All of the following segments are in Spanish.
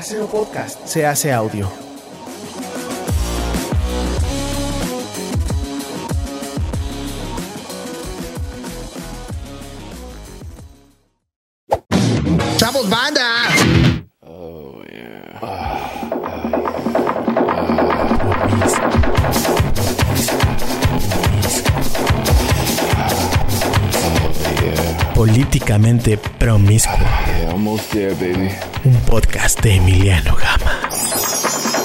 SEO Podcast se hace audio. ¡Chavos, banda! Políticamente promiscuo. Yeah, almost there, baby. Un podcast de Emiliano Gama.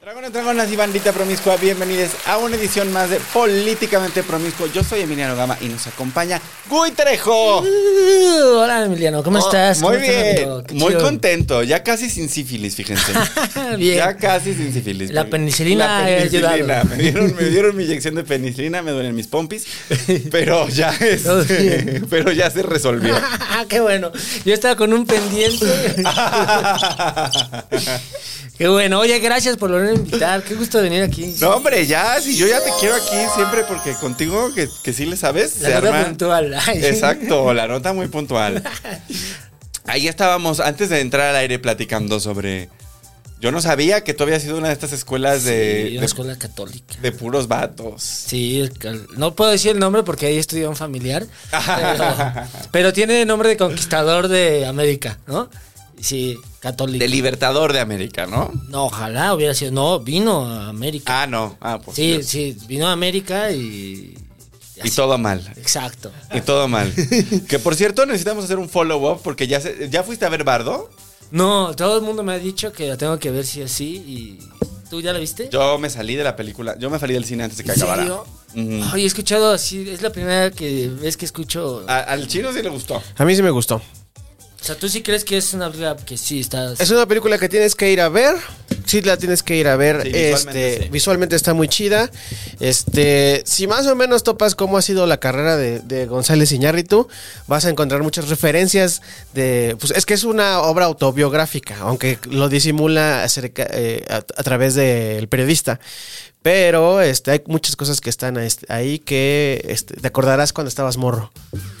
Dragones, dragonas y bandita promiscua, bienvenidos a una edición más de Políticamente Promiscuo. Yo soy Emiliano Gama y nos acompaña Gui Trejo. Oh, Uh, hola Emiliano, ¿cómo estás? Muy ¿Cómo estás, bien, amigo? Qué muy chido. contento, ya casi sin sífilis, fíjense. Bien. Ya casi sin sífilis. La penicilina La ha penicilina. ayudado. Me dieron, me dieron mi inyección de penicilina, me duelen mis pompis, pero ya es, Todo bien. pero ya se resolvió. Qué bueno. Yo estaba con un pendiente. Qué bueno. Oye, gracias por volver a invitar. Qué gusto venir aquí. No, hombre, ya, si yo ya te quiero aquí siempre porque contigo, que, que sí le sabes, La nota puntual. Ay. Exacto, la nota muy puntual. Ahí estábamos, antes de entrar al aire, platicando sobre... Yo no sabía que tú habías sido una de estas escuelas de, Sí, una eh, de, escuela católica. de puros vatos. Sí, cal- no puedo decir el nombre porque ahí estudió un familiar. Pero, pero tiene nombre de conquistador de América, ¿no? Sí, católico. De Libertador de América, ¿no? No, ojalá hubiera sido. No, vino a América. Ah, no. Ah, pues sí, Dios. sí, vino a América y. Y todo mal. Exacto. Y todo mal. que por cierto, necesitamos hacer un follow-up porque ya, se- ya fuiste a ver Bardo. No, todo el mundo me ha dicho que la tengo que ver si es así y tú ya la viste. Yo me salí de la película. Yo me salí del cine antes de que ¿En acabara. serio? Ah, Ujú. Ay, he escuchado así, es la primera que ves que escucho. A- al chino sí le gustó. A mí sí me gustó. O sea, tú sí crees que es una película que sí estás. Es una película que tienes que ir a ver. Sí, la tienes que ir a ver. Sí, visualmente, visualmente, este, sí. visualmente está muy chida. Este, si más o menos topas cómo ha sido la carrera de, de González Iñárritu, vas a encontrar muchas referencias de. Pues es que es una obra autobiográfica, aunque lo disimula acerca, eh, a, a través del periodista. Pero este, hay muchas cosas que están este, ahí que este, te acordarás cuando estabas morro.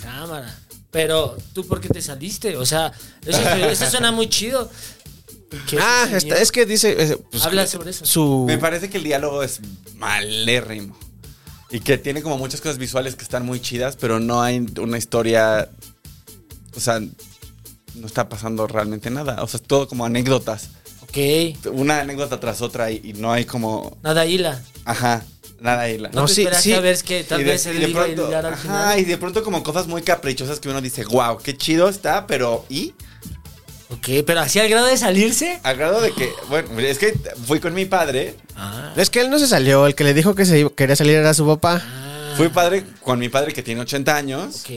Cámara. Pero, ¿tú por qué te saliste? O sea, eso, eso suena muy chido. ¿Qué Ah, Pues, este, señor? esta- es que dice. eh, pues, Habla que- sobre eso. Su, Me parece que el diálogo es malérrimo. Y que tiene como muchas cosas visuales que están muy chidas, pero no hay una historia. O sea, no está pasando realmente nada. O sea, es todo como anécdotas. Ok. Una anécdota tras otra y, y no hay como. Nada, Hila. Ajá, nada ahí. la- No, No, te sí, esperaste sí. a ver que tal y de, vez y el de hilo pronto, hilar al ajá, final. y de pronto como cosas muy caprichosas que uno dice, wow, qué chido está, pero ¿y? Ok, pero así al grado de salirse. Al grado de que, bueno, es que fui con mi padre, Ah. Es que él no se salió, el que le dijo que se iba- quería salir era su papá. ah, fui padre con mi padre que tiene 80 años. ok.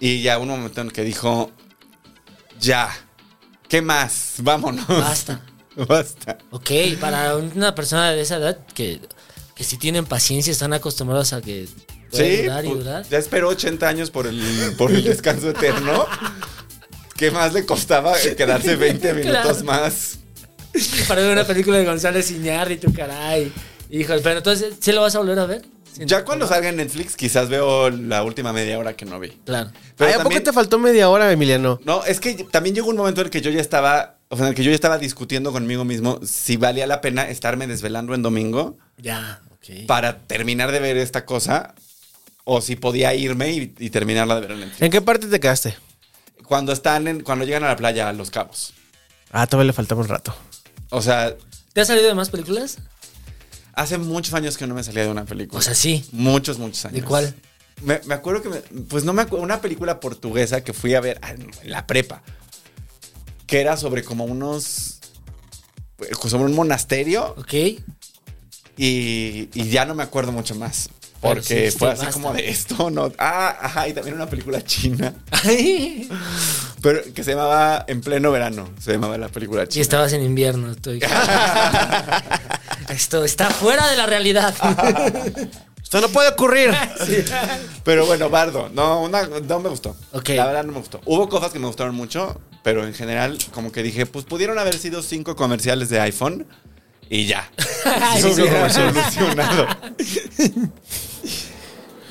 Y ya hubo un momento en el que dijo, ya, ¿qué más? Vámonos. Basta. Basta. Ok, para una persona de esa edad que, que si tienen paciencia, están acostumbrados a que puede Sí, durar y pues, durar. ya esperó 80 años por el, por el descanso eterno. ¿Qué más le costaba quedarse 20 minutos Claro. más? Para ver una película de González Iñárritu, caray. Híjole, pero entonces, ¿sí lo vas a volver a ver? Sí, Ya cuando salga en Netflix quizás veo la última media hora que no vi. Claro. Pero Ay, ¿A poco también- te faltó media hora, Emiliano? No, es que también llegó un momento en el que yo ya estaba, o sea, en el que yo ya estaba discutiendo conmigo mismo si valía la pena estarme desvelando en domingo Ya, ok. para terminar de ver esta cosa o si podía irme y, y terminarla de ver en Netflix. ¿En qué parte te quedaste? Cuando están en, cuando llegan a la playa a Los Cabos. Ah, todavía le faltaba un rato. O sea, ¿Te has salido de más películas? hace muchos años que no me salía de una película. O sea, sí. muchos muchos años. ¿De cuál? Me, me acuerdo que me- pues no me acuerdo una película portuguesa que fui a ver ah, en la prepa que era sobre como unos pues, sobre un monasterio Ok. Y, y ya no me acuerdo mucho más. Pero sí Porque existe, fue así basta. como de esto, ¿no? Ah, ajá, y también una película china. y Pero que se llamaba En pleno verano. Se llamaba la película china. estabas en invierno. Estoy... Esto está fuera de la realidad. Esto no puede ocurrir. Pero bueno, Bardo. No, una- no me gustó. Ok. La verdad no me gustó. Hubo cosas que me gustaron mucho, pero en general, como que dije, pues pudieron haber sido cinco comerciales de iPhone y ya. Ay, sí, Yo creo sí. que solucionado.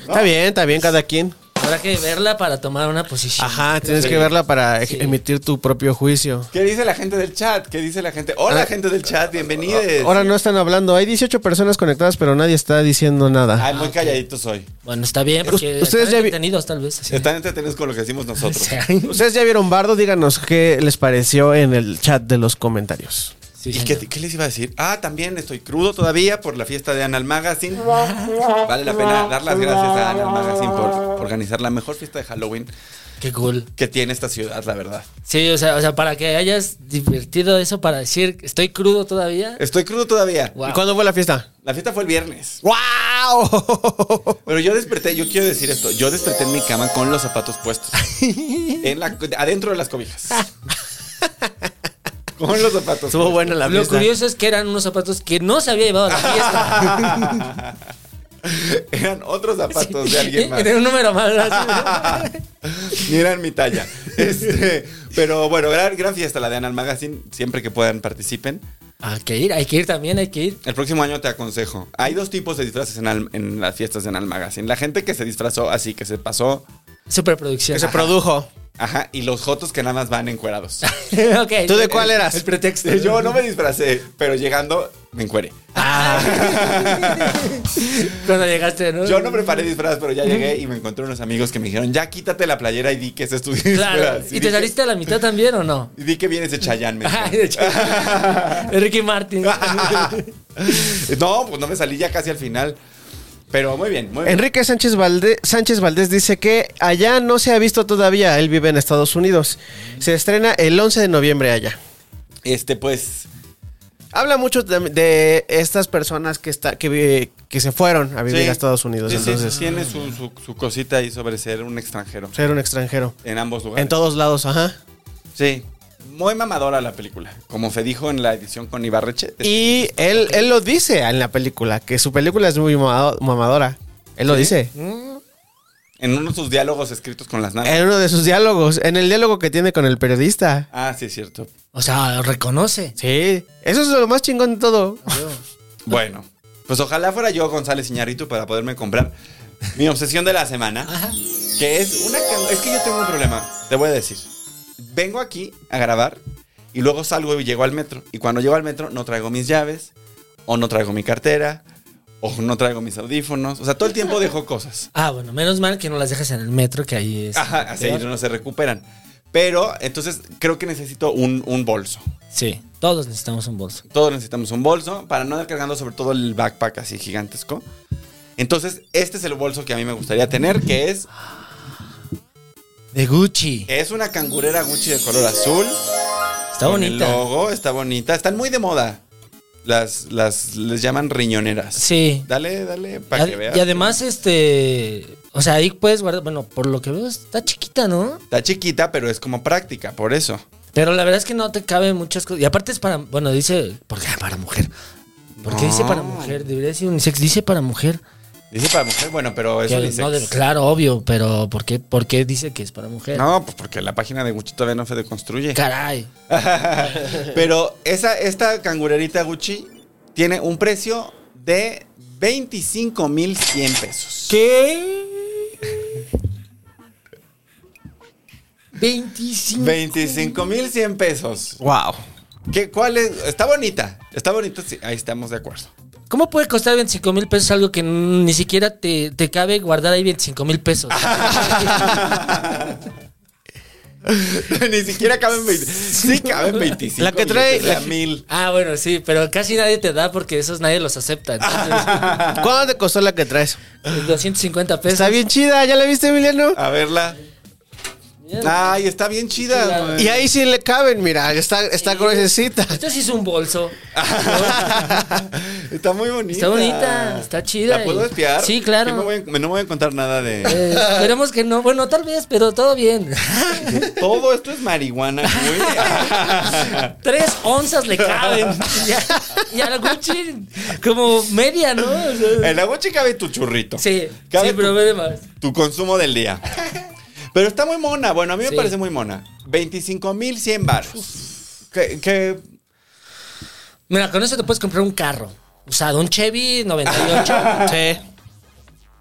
Está bien, está bien cada quien. Habrá que verla para tomar una posición. Ajá, tienes que verla para e- emitir tu propio juicio. ¿Qué dice la gente del chat? ¿Qué dice la gente? Hola, Ah. gente del chat, bienvenidos. ah, Ahora no están hablando. Hay 18 personas conectadas, pero nadie está diciendo nada. Ay, Ah, muy calladitos hoy. Bueno, está bien, porque Us- ustedes están ya vi- detenidos tal vez. así. Están entretenidos con lo que decimos O nosotros. sea, Ustedes ya vieron Bardo, díganos qué les pareció en el chat de los comentarios. sí, ¿Y señor. qué, qué les iba a decir? Ah, también estoy crudo todavía por la fiesta de Ana al Magazine. Vale la pena dar las gracias a Ana al Magazine por organizar la mejor fiesta de Halloween Qué cool. que tiene esta ciudad, la verdad. Sí, o sea, o sea, para que hayas divertido eso para decir, estoy crudo todavía. Estoy crudo todavía. Wow. Eh, ¿Y cuándo fue la fiesta? La fiesta fue el viernes. ¡Wow! Pero yo desperté, yo quiero decir esto. Yo desperté en mi cama con los zapatos puestos. En la- adentro de las cobijas. Con los zapatos. Estuvo buena la Lo fiesta. curioso es que eran unos zapatos que no se había llevado a la fiesta. Eran otros zapatos de alguien más. Era un número más. ¿verdad? Ni eran mi talla. Este, pero bueno, gran, gran fiesta la de Anal Magazine. Siempre que puedan participen. hay que ir, hay que ir también, hay que ir. El próximo año te aconsejo. Hay dos tipos de disfraces en, Al- en las fiestas de Anal Magazine. La gente que se disfrazó así, que se pasó. Superproducción. Que se produjo. Ajá. Y los jotos que nada más van encuerados. Ok. ¿Tú de cuál eras? El pretexto. Yo no me disfracé, pero llegando me encueré. Ah. Cuando llegaste, ¿no? Yo no preparé disfraz, pero ya llegué y me encontré unos amigos que me dijeron, ya quítate la playera y di que ese es tu disfraz. Claro. Y ¿Y dije- te saliste a la mitad también o no? Y di que vienes de Chayanne. me dijeron. Ay, de hecho, de Ricky Martin. no, pues no me salí ya casi al final. Pero muy bien, muy bien. Enrique Sánchez, Valde- Sánchez Valdés dice que allá no se ha visto todavía. Él vive en Estados Unidos. Se estrena el 11 de noviembre allá. Este, pues, Habla mucho de, de estas personas que, está, que, vi- que se fueron a vivir Sí. a Estados Unidos. sí, sí, entonces, tiene su, su- su cosita ahí sobre ser un extranjero. ser un extranjero. En ambos lugares. En todos lados, ajá. Sí. Muy mamadora la película. Como se dijo en la edición con Ibarreche. Y él, él lo dice en la película, que su película es muy mamado- mamadora. Él lo dice. Mm. En uno de sus diálogos escritos con las nanas. En uno de sus diálogos, en el diálogo que tiene con el periodista. Ah, sí, es cierto. O sea, lo reconoce. Sí, eso es lo más chingón de todo. Bueno, pues ojalá fuera yo González Iñarritu para poderme comprar mi obsesión de la semana, que es una can- es que yo tengo un problema, te voy a decir. Vengo aquí a grabar y luego salgo y llego al metro y cuando llego al metro no traigo mis llaves o no traigo mi cartera o no traigo mis audífonos, o sea, todo el tiempo dejo cosas. Ah, bueno, menos mal que no las dejas en el metro, que ahí es. Ajá, así no se recuperan. Pero entonces creo que necesito un, un bolso. Sí, todos necesitamos un bolso. Todos necesitamos un bolso para no andar cargando sobre todo el backpack así gigantesco. Entonces, este es el bolso que a mí me gustaría tener, que es, De Gucci. es una cangurera Gucci de color azul. Está con El bonita. logo está bonita. Están muy de moda. Las, las les llaman riñoneras. Sí. Dale, dale, para que veas. Y, y además, este. O sea, ahí puedes guardar. Bueno, por lo que veo, está chiquita, ¿no? Está chiquita, pero es como práctica, por eso. Pero la verdad es que no te caben muchas cosas. Y aparte es para. Bueno, dice. ¿Por qué para mujer? ¿Por qué dice para No. mujer? Debería decir unisex. Dice para mujer. Dice para mujer, bueno, pero es Que unisex. no debe- claro, obvio, pero ¿por qué, por qué dice que es para mujer? No, pues porque la página de Gucci todavía no se deconstruye. Caray. Pero esa, esta cangurerita Gucci tiene un precio de 25,100 pesos. ¿Qué? 25. 25,100 pesos. Wow. ¿Qué, ¿Cuál es? Está bonita. Está bonita, sí. Ahí estamos de acuerdo. ¿Cómo puede costar 25 mil pesos algo que ni siquiera te, te cabe guardar ahí 25 mil pesos? Ni siquiera caben 20. Sí, caben 25. La que trae- billetes de la a que- mil. ah, bueno, sí, pero casi nadie te da porque esos nadie los acepta. Entonces, ¿Cuánto te costó la que traes? 250 pesos. Está bien chida, ¿ya la viste, Emiliano? A verla. Ay, está bien chida. Y ahí sí le caben, mira, está, está gruesecita. Esto sí es un bolso. está muy bonita. Está bonita, está chida. ¿La puedo y- espiar? Sí, claro. Yo me voy a- no voy a contar nada de. Eh, esperemos que no. Bueno, tal vez, pero todo bien. Todo esto es marihuana, güey. Tres onzas le caben. Ya, ya la Gucci, como media, ¿no? O sea, En la Gucci cabe tu churrito. sí, Cabe sí, pero tu, ve más. tu consumo del día. Pero está muy mona. Bueno, a mí me Sí. parece muy mona. 25.100 baros. Que, que Mira, con eso te puedes comprar un carro. Usado, un Chevy 98. Sí.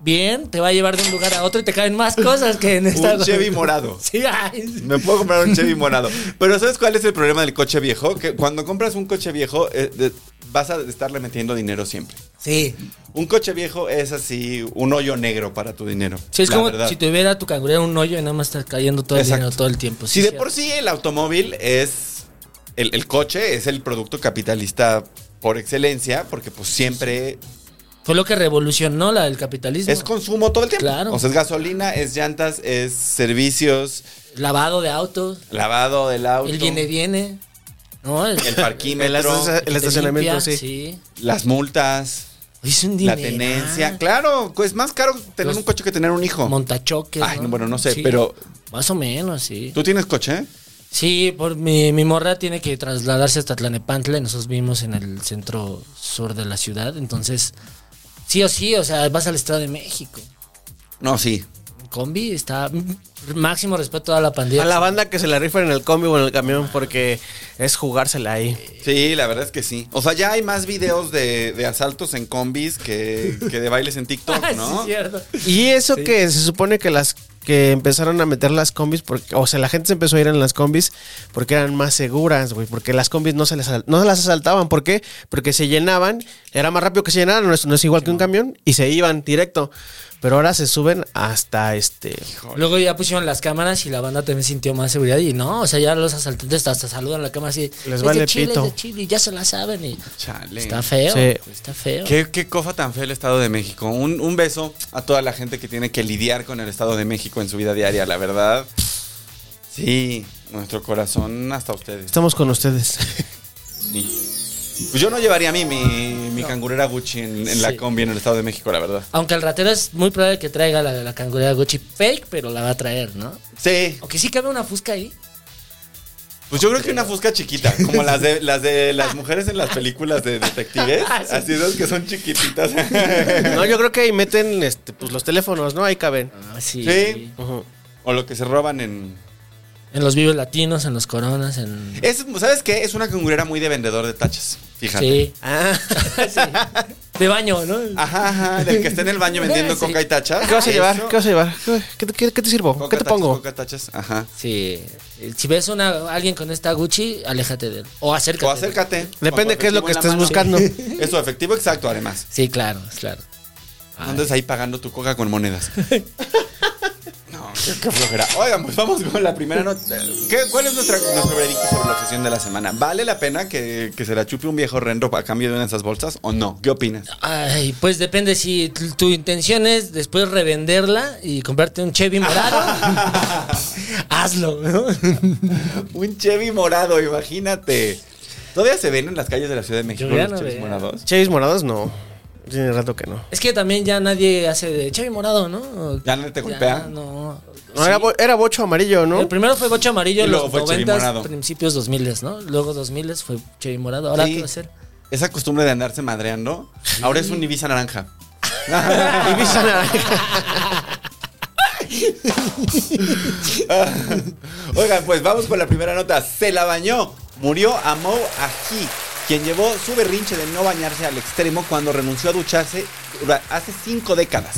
Bien, te va a llevar de un lugar a otro y te caen más cosas que en esta. Un Chevy morado. Sí, ay. Me puedo comprar un Chevy morado. Pero ¿sabes cuál es el problema del coche viejo? Que cuando compras un coche viejo, eh, de- vas a estarle metiendo dinero siempre. Sí. Un coche viejo es así, un hoyo negro para tu dinero. Sí, es la como verdad. si tuviera tu cangurera un hoyo y nada más está cayendo todo Exacto. el dinero todo el tiempo. Si de sí. por sí el automóvil es. El, el coche es el producto capitalista por excelencia, porque pues siempre Fue lo que revolucionó la del capitalismo. es consumo todo el tiempo. Claro. O sea, es gasolina, es llantas, es servicios, Lavado de autos, lavado del auto, el viene-viene. ¿No? El, el El, parquímetro, estacion- el te estacionamiento, limpia, sí. las multas, Es un dinero. la tenencia. Claro, es más caro tener Los- un coche que tener un hijo. Montachoques. Ay, no, bueno, no sé, pero- Más o menos, sí. ¿Tú tienes coche? Sí, por mi, mi morra tiene que trasladarse hasta Tlanepantla. y Nosotros vivimos en el centro sur de la ciudad. Entonces, sí o sí, o sea, vas al Estado de México. No, sí. Combi está. Máximo respeto a la pandilla. A la banda que se la rifan en el combi o en el camión porque es jugársela ahí. Sí, la verdad es que sí. O sea, ya hay más videos de, de asaltos en combis que, que de bailes en TikTok, Ah, sí, ¿no? es cierto. Y eso que se supone que las que empezaron a meter las combis, porque, o sea, la gente se empezó a ir en las combis porque eran más seguras, güey, porque las combis no se las, al- no las asaltaban. ¿Por qué? Porque se llenaban, era más rápido que se llenaran, no es, no es igual que un camión, y se iban directo. Pero ahora se suben hasta este... Luego ya pusieron las cámaras y la banda también sintió más seguridad. Y no, o sea, ya los asaltantes hasta saludan a la cámara así. "Es de vale Chile, pito". es de Chile, y ya se la saben. Y Chale. está feo. Sí. Está feo. ¿Qué, qué cosa tan fea el Estado de México. Un, un beso a toda la gente que tiene que lidiar con el Estado de México en su vida diaria, la verdad. Sí, nuestro corazón hasta ustedes. Estamos con ustedes. Sí. Pues yo no llevaría a mí mi, mi cangurera Gucci en, en la Sí. combi en el Estado de México, la verdad. Aunque el ratero es muy probable que traiga la, la cangurera Gucci fake, pero la va a traer, ¿no? Sí, Aunque sí cabe una fusca ahí. pues yo creo que una fusca chiquita, como las de las de las mujeres en las películas de detectives, Ah, sí. así dos que son chiquititas. No, yo creo que ahí meten este, pues, los teléfonos, ¿no? Ahí caben. sí. Ah, Sí. Ujú. O lo que se roban en. En los vivos latinos, en los coronas, en. Es, ¿Sabes qué? Es una cangurera muy de vendedor de tachas. Fíjate. Ah. Sí. Ah. Sí. De baño, ¿no? Ajá, ajá, del que está en el baño vendiendo Sí. coca y tachas. ¿Qué vas a llevar? Eso. ¿Qué vas a llevar? ¿Qué, qué- qué- qué te sirvo? Coca ¿Qué te tachas, pongo? Coca tachas, ajá. Sí. Si ves una, alguien con esta Gucci, aléjate de él. O acércate. O acércate. Depende Con qué es lo efectivo que en la estés mano. buscando. Eso, efectivo exacto, además. Sí, claro, claro. No andes ahí pagando tu coca con monedas. No, qué, qué flojera. Oigan, pues vamos con la primera nota. ¿Qué- ¿Cuál es nuestra, nuestro veredicto sobre la obsesión de la semana? ¿Vale la pena que, que se la chupe un viejo horrendo a cambio de una de esas bolsas o no? ¿Qué opinas? Ay, pues depende si tu tu intención es después revenderla y comprarte un Chevy morado. hazlo, ¿no? un Chevy morado, imagínate. ¿Todavía se ven en las calles de la Ciudad de México Yo ya los no Chevys veo. morados? Chavis morados no. Tiene rato que no. Es que también ya nadie hace de Chevy morado, ¿no? ¿Ya no te golpea? no. No, era, bo- era bocho amarillo, ¿no? El primero fue Bocho Amarillo Y en luego los fue Chevy 90, morado. principios 2000, ¿no? Luego 2000 fue Chevy morado. Ahora Sí. qué va a ser. Esa costumbre de andarse madreando, ahora es un Ibiza naranja. Ibiza naranja. Oigan, pues vamos con la primera nota. Se la bañó. Murió Amou Ají, quien llevó su berrinche de no bañarse al extremo cuando renunció a ducharse dura- hace cinco décadas.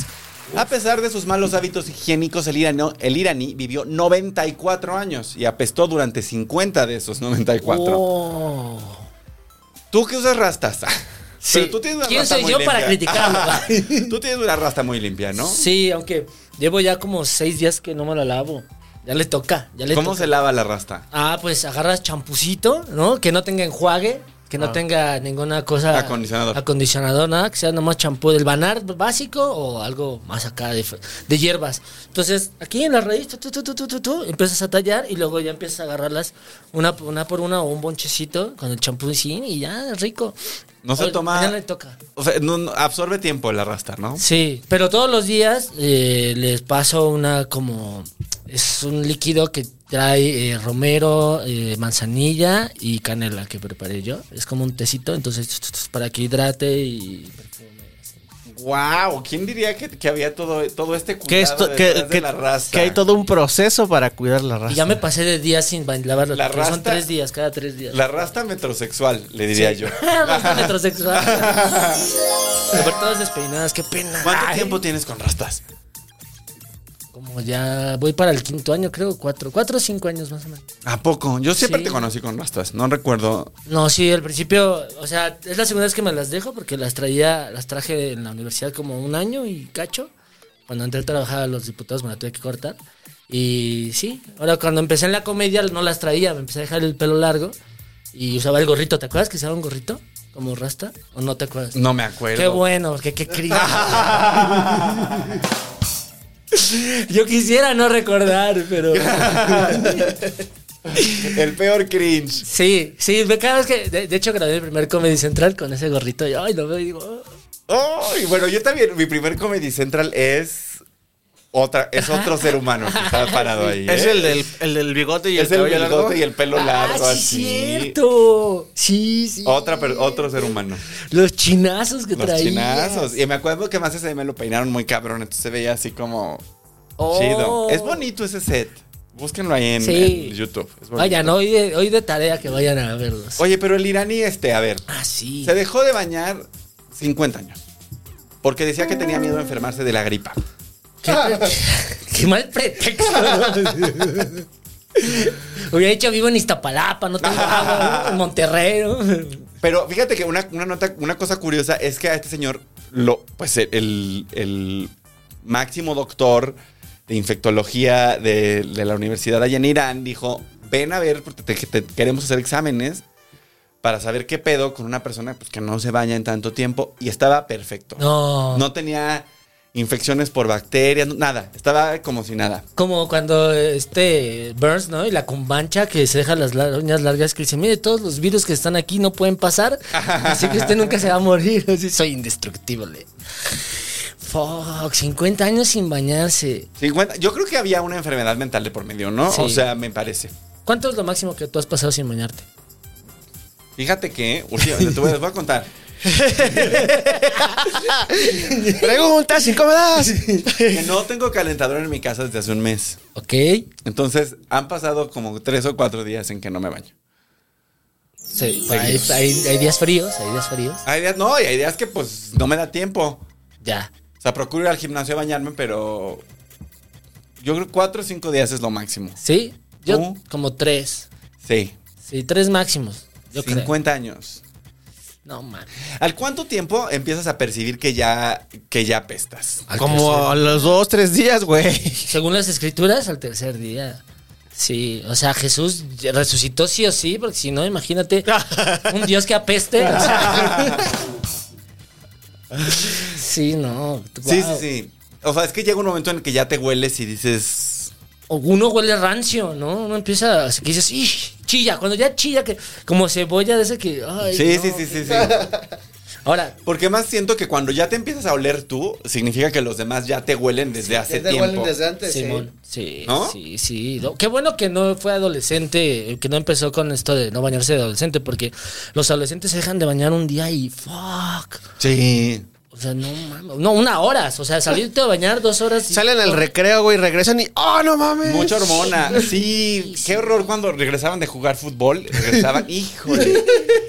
A pesar de sus malos hábitos higiénicos, el, irano- el iraní vivió 94 años y apestó durante 50 de esos 94. Oh. Tú que usas rastas. Sí. Pero tú tienes una ¿Quién rasta soy muy yo para limpia. criticarlo? tú tienes una rasta muy limpia, ¿no? Sí, aunque llevo ya como seis días que no me la lavo. Ya le toca, ya le ¿Cómo toca. se lava la rasta? Ah, pues agarras champucito, ¿no? Que no tenga enjuague, que no tenga ninguna cosa. Ah. Acondicionador. Acondicionador, nada, que sea nomás champú del banar básico o algo más acá de, fr- de hierbas. Entonces, aquí en la raíz, tú, tú, tú, tú, tú, tú, tú, empiezas a tallar y luego ya empiezas a agarrarlas una, por- una por una o un bonchecito con el champú encima y ya, rico. No se Oye, toma- Ya le toca. O sea, no- no, absorbe tiempo la rasta, ¿no? Sí, pero todos los días eh, les paso una como... Es un líquido que trae eh, romero, eh, manzanilla y canela que preparé yo. Es como un tecito, entonces tss, tss, para que hidrate y... perfume, así. ¡Wow! ¿Quién diría que, que había todo, todo este cuidado Que, esto, detrás que, de que- la raza? que hay todo un proceso para cuidar la raza. Y ya me pasé de días sin ba- lavar los La trastes, Son rasta- tres días, cada tres días. La rasta metrosexual, le diría yo. Rasta metrosexual. Pero todas despeinadas, qué pena. ¿Cuánto Ay. tiempo tienes con rastas? Como ya voy para el quinto año, creo, cuatro, cuatro o cinco años más o menos. ¿A poco? Yo siempre Sí. te conocí con rastas. No recuerdo. No, sí, al principio, o sea, es la segunda vez que me las dejo porque las traía, las traje en la universidad como un año y cacho. Cuando entré a trabajar a los diputados me la tuve que cortar. Y sí, ahora cuando empecé en la comedia no las traía, me empecé a dejar el pelo largo y usaba el gorrito. ¿Te acuerdas que usaba un gorrito? Como rasta, o no te acuerdas? No me acuerdo. Qué bueno, porque qué cringe. Yo quisiera no recordar, pero. El peor cringe. Sí, sí, ve cada vez que. De, de hecho, grabé el primer Comedy Central con ese gorrito. Y ay, lo veo y digo. "Oh". Ay, bueno, yo también. Mi primer Comedy Central es otra, es otro ser humano que está parado ahí. Es ¿eh? el del, el del bigote y Es el el cabello largo. bigote y el pelo largo ah, así. sí, cierto. Sí, sí. Otra, per- otro ser humano. Los chinazos que Los traía. chinazos. Y me acuerdo que más ese día me lo peinaron muy cabrón. Entonces se veía así como Oh. chido. Es bonito ese set. Búsquenlo ahí en, Sí. en YouTube. Es bonito. Vayan, hoy de, hoy de tarea que vayan a verlos. Oye, pero el iraní, este, a ver. Ah, sí. Se dejó de bañar 50 años. Porque decía que tenía miedo de enfermarse de la gripa. Qué, pre- qué mal pretexto. ¿no? Hubiera dicho vivo en Iztapalapa, no tengo agua, ¿no? en Monterrey. ¿no? Pero fíjate que una, una nota, una cosa curiosa es que a este señor, lo, pues el, el máximo doctor de infectología de, de la universidad allá en Irán dijo, ven a ver, porque te, te queremos hacer exámenes para saber qué pedo con una persona pues, que no se baña en tanto tiempo y estaba perfecto. No. No tenía infecciones por bacterias, no- nada, estaba como si nada. Como cuando este Burns, ¿no? Y la cumbancha que se deja las lar- uñas largas que dice, mire, todos los virus que están aquí no pueden pasar, así que usted nunca se va a morir. Así, soy indestructible. Fuck, 50 años sin bañarse. 50. yo creo que había una enfermedad mental de por medio, ¿no? Sí. O sea, me parece. ¿Cuánto es lo máximo que tú has pasado sin bañarte? Fíjate que, últimamente, te voy, les voy a contar. Preguntas incómodas. que no tengo calentador en mi casa desde hace un mes. ¿Ok? Entonces, han pasado como tres o cuatro días en que no me baño. Sí, pues, hay, hay- hay días fríos, hay días fríos. Hay días, no, y hay días que pues no me da tiempo. Ya. O sea, procuro ir al gimnasio a bañarme, pero yo creo cuatro o cinco días es lo máximo. ¿Sí? Yo ¿Tú? como tres. Sí, Sí, tres máximos. Yo creo. 50 años. No, man. ¿Al cuánto tiempo empiezas a percibir que ya, que ya pestas? Al tercer- Como a los dos, tres días, güey. Según las escrituras, al tercer día. Sí, o sea, Jesús resucitó sí o sí, porque si no, imagínate un Dios que apeste. o sea. sí, no. Sí, sí, guau. sí. O sea, es que llega un momento en el que ya te hueles y dices. O uno huele rancio, ¿no? Uno empieza, que dices, "Ih, chilla, cuando ya chilla, que como cebolla de ese que... ay, Sí, no, sí, qué- sí, sí, sí. Ahora, Porque más siento que cuando ya te empiezas a oler tú, significa que los demás ya te huelen desde hace Ya te tiempo. huelen desde antes, eh. Simón, sí, ¿No? sí, sí. No, Qué bueno que no fue adolescente, eh, que no empezó con esto de no bañarse de adolescente, porque los adolescentes se dejan de bañar un día y fuck. Sí. O sea, no mames. No, una hora. O sea, salirte a bañar dos horas. sí. y- Salen al recreo, güey, regresan y ¡Oh, no mames! Mucha hormona. Sí, qué horror cuando regresaban de jugar fútbol. Regresaban, híjole.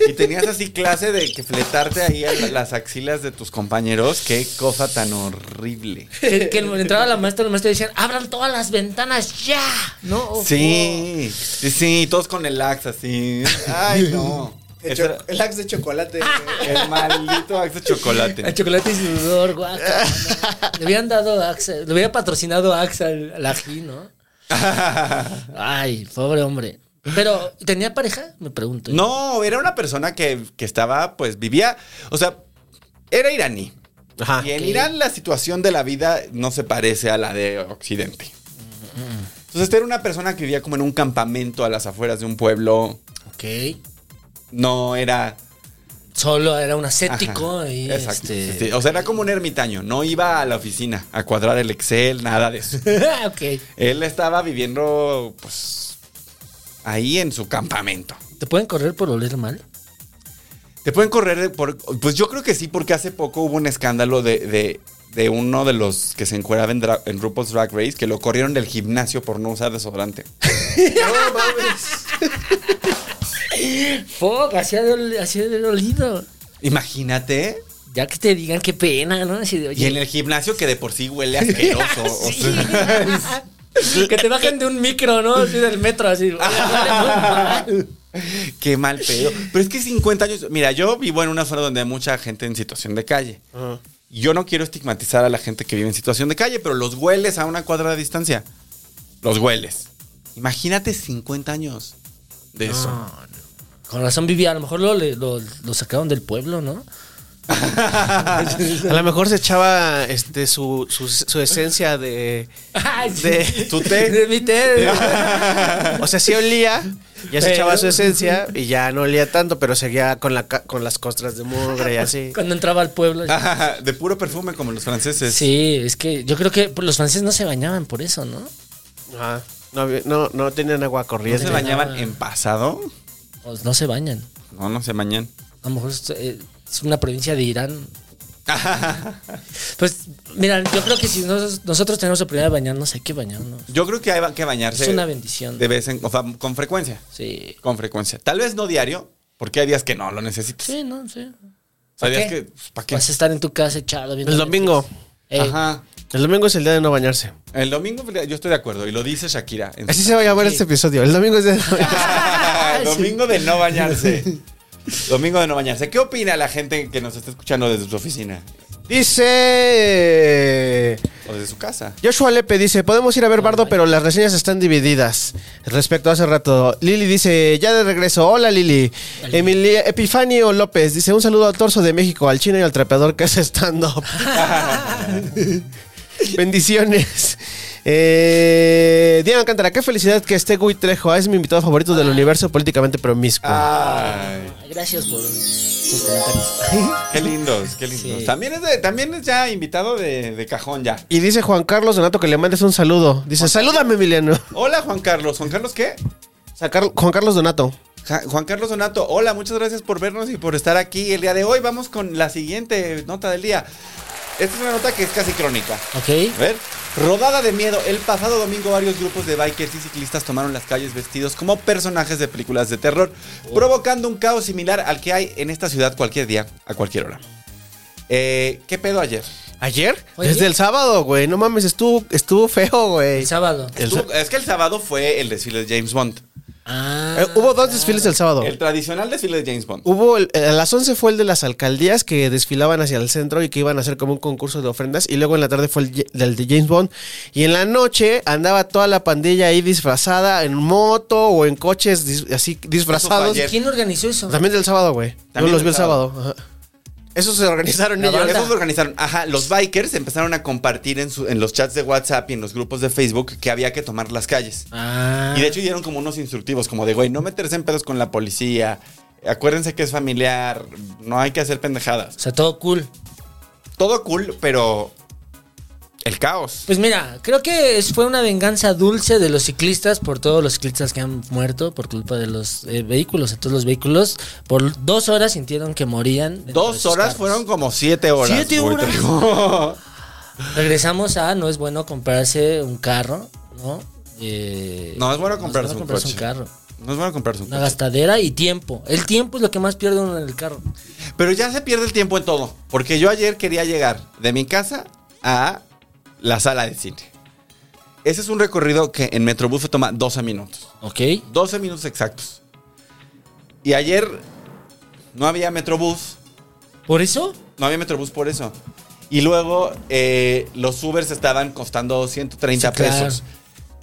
Y tenías así clase de que fletarte ahí a la- las axilas de tus compañeros. Qué cosa tan horrible. Que, que entraba la maestra, la maestra decía, abran todas las ventanas ya. No. Oh, Sí, sí, sí, todos con el axe así. Ay, no. Ese era el axe de chocolate. el maldito axe de oh. El chocolate. chocolate y sudor, guaca. Le habían dado AXA, le hubiera patrocinado AXA al, al ají, ¿no? Ay, pobre hombre. Pero, ¿tenía pareja? Me pregunto. yo. No, era una persona que, que estaba, pues vivía, o sea, era iraní. Ajá. Y en Ok. Irán la situación de la vida no se parece a la de Occidente. Entonces, esta era una persona que vivía como en un campamento a las afueras de un pueblo. Ok. No era. Solo era un ajá, ascético y exacto, este. sí, O sea, era como un ermitaño. No iba a la oficina a cuadrar el Excel, nada de eso. ok. Él estaba viviendo, pues, ahí en su campamento. ¿Te pueden correr por oler mal? ¿Te pueden correr? de- por- pues yo creo que sí, porque hace poco hubo un escándalo de, de- de uno de los que se encueraba en, dra- en RuPaul's Drag Race que lo corrieron del gimnasio por no usar desodorante. No mames. Fuck, así ha de, así ha de dolido. Imagínate. Ya que te digan qué pena, ¿no? Así de, oye, Y en el gimnasio que de por sí huele asqueroso. o Sí. sea, que te bajen de un micro, ¿no? Así del metro, así. Qué mal pedo. Pero es que 50 años. Mira, yo vivo en una zona donde hay mucha gente en situación de calle. Yo no quiero estigmatizar a la gente que vive en situación de calle, pero los hueles a una cuadra de distancia. Los hueles. Imagínate 50 años de eso. Con razón vivía, a lo mejor lo, le- lo, lo sacaron del pueblo, ¿no? A lo mejor se echaba este, su, su, su esencia de. De tu té. Ah. De mi té. O sea, sí olía, ya se Pero- echaba su esencia y ya no olía tanto, pero seguía con, la, ca- con las costras de mugre y así. Cuando entraba al pueblo. Ajá, de puro perfume como los franceses. Sí, es que yo creo que pues, los franceses no se bañaban por eso, ¿no? Ajá. No, había- no, no tenían agua ¿No corriente. se bañaban en pasado? O no se bañan. No, no se bañan. A lo mejor es, eh, es una provincia de Irán. Pues, mira, yo creo que si nos- nosotros tenemos la oportunidad de bañarnos, hay que bañarnos. Yo creo que hay que bañarse. Es una bendición. De vez en o sea, con frecuencia. Sí. Con frecuencia. Tal vez no diario, porque hay días que no lo necesitas. Sí, no, sí. O sea, hay días ¿Para qué? eh. que. pues, ¿Para qué? Vas a estar en tu casa echado. viendo El domingo. Netflix. Ey, Ajá. El domingo es el día de no bañarse. El domingo pues, yo estoy de acuerdo y lo dice Shakira. en su- Así se va a llamar este episodio. El domingo es día de no bañarse. Ah, domingo de no bañarse. Domingo de no bañarse. ¿Qué opina la gente que nos está escuchando desde su oficina Dice. o desde su casa? Joshua Lepe dice, podemos ir a ver Bardo, pero las reseñas están divididas. Respecto a hace rato, Lili dice, ya de regreso, hola Lili. Emilia- Epifanio López dice, un saludo al torso de México, al chino y al trapeador que hace stand-up. Bendiciones. Eh, Diana Cántara, qué felicidad que esté Gui Trejo, es mi invitado favorito del universo políticamente promiscuo. Ah. Ay, Gracias por sus comentarios. qué lindos, qué lindos. Sí. También, es de- también es ya invitado de, de cajón ya. Y dice Juan Carlos Donato que le mandes un saludo. Dice, salúdame Emiliano. Hola Juan Carlos. ¿Juan Carlos qué? O sea, Car- Juan Carlos Donato. Ja- Juan Carlos Donato, hola, muchas gracias por vernos y por estar aquí el día de hoy. Vamos con la siguiente nota del día. Esta es una nota que es casi crónica. Ok. A ver. Rodada de miedo. El pasado domingo varios grupos de bikers y ciclistas tomaron las calles vestidos como personajes de películas de terror, provocando un caos similar al que hay en esta ciudad cualquier día, a cualquier hora. Eh, ¿Qué pedo ayer? ¿Ayer? Oye. Desde el sábado, güey. No mames, estuvo, estuvo feo, güey. El sábado. El Estuvo- es que el sábado fue el desfile de James Bond. Ah. Eh, hubo dos desfiles el sábado. El tradicional desfile de James Bond. Hubo, el- eh, a las 11 fue el de las alcaldías que desfilaban hacia el centro y que iban a hacer como un concurso de ofrendas. Y luego en la tarde fue el, ye- del de James Bond. Y en la noche andaba toda la pandilla ahí disfrazada en moto o en coches dis- así disfrazados. ayer. ¿Quién organizó eso? También del sábado, güey. Yo También los vi del el sábado. Ajá. Esos se organizaron La ellos. banda. Esos organizaron. Ajá, los bikers empezaron a compartir en, su- en los chats de WhatsApp y en los grupos de Facebook que había que tomar las calles. Ah. Y de hecho dieron como unos instructivos, como de, güey, no meterse en pedos con la policía. Acuérdense que es familiar, no hay que hacer pendejadas. O sea, todo cool. Todo cool, pero el caos. Pues mira, creo que es- fue una venganza dulce de los ciclistas por todos los ciclistas que han muerto por culpa de los eh, vehículos. Entonces los vehículos por dos horas sintieron que morían. dentro de Dos sus horas carros. fueron como siete horas. Siete güey, horas. te digo. Regresamos a no es bueno comprarse un carro, ¿no? Eh, No, es bueno comprarse un coche. carro. No es bueno comprarse un Una coche. gastadera y tiempo. El tiempo es lo que más pierde uno en el carro. Pero ya se pierde el tiempo en todo. Porque yo ayer quería llegar de mi casa a la sala de cine. Ese es un recorrido que en Metrobús se toma 12 minutos. ¿Ok? 12 minutos exactos. Y ayer no había Metrobús. ¿Por eso? No había Metrobús por eso. Y luego eh, los Ubers estaban costando 130 Sí, claro. pesos.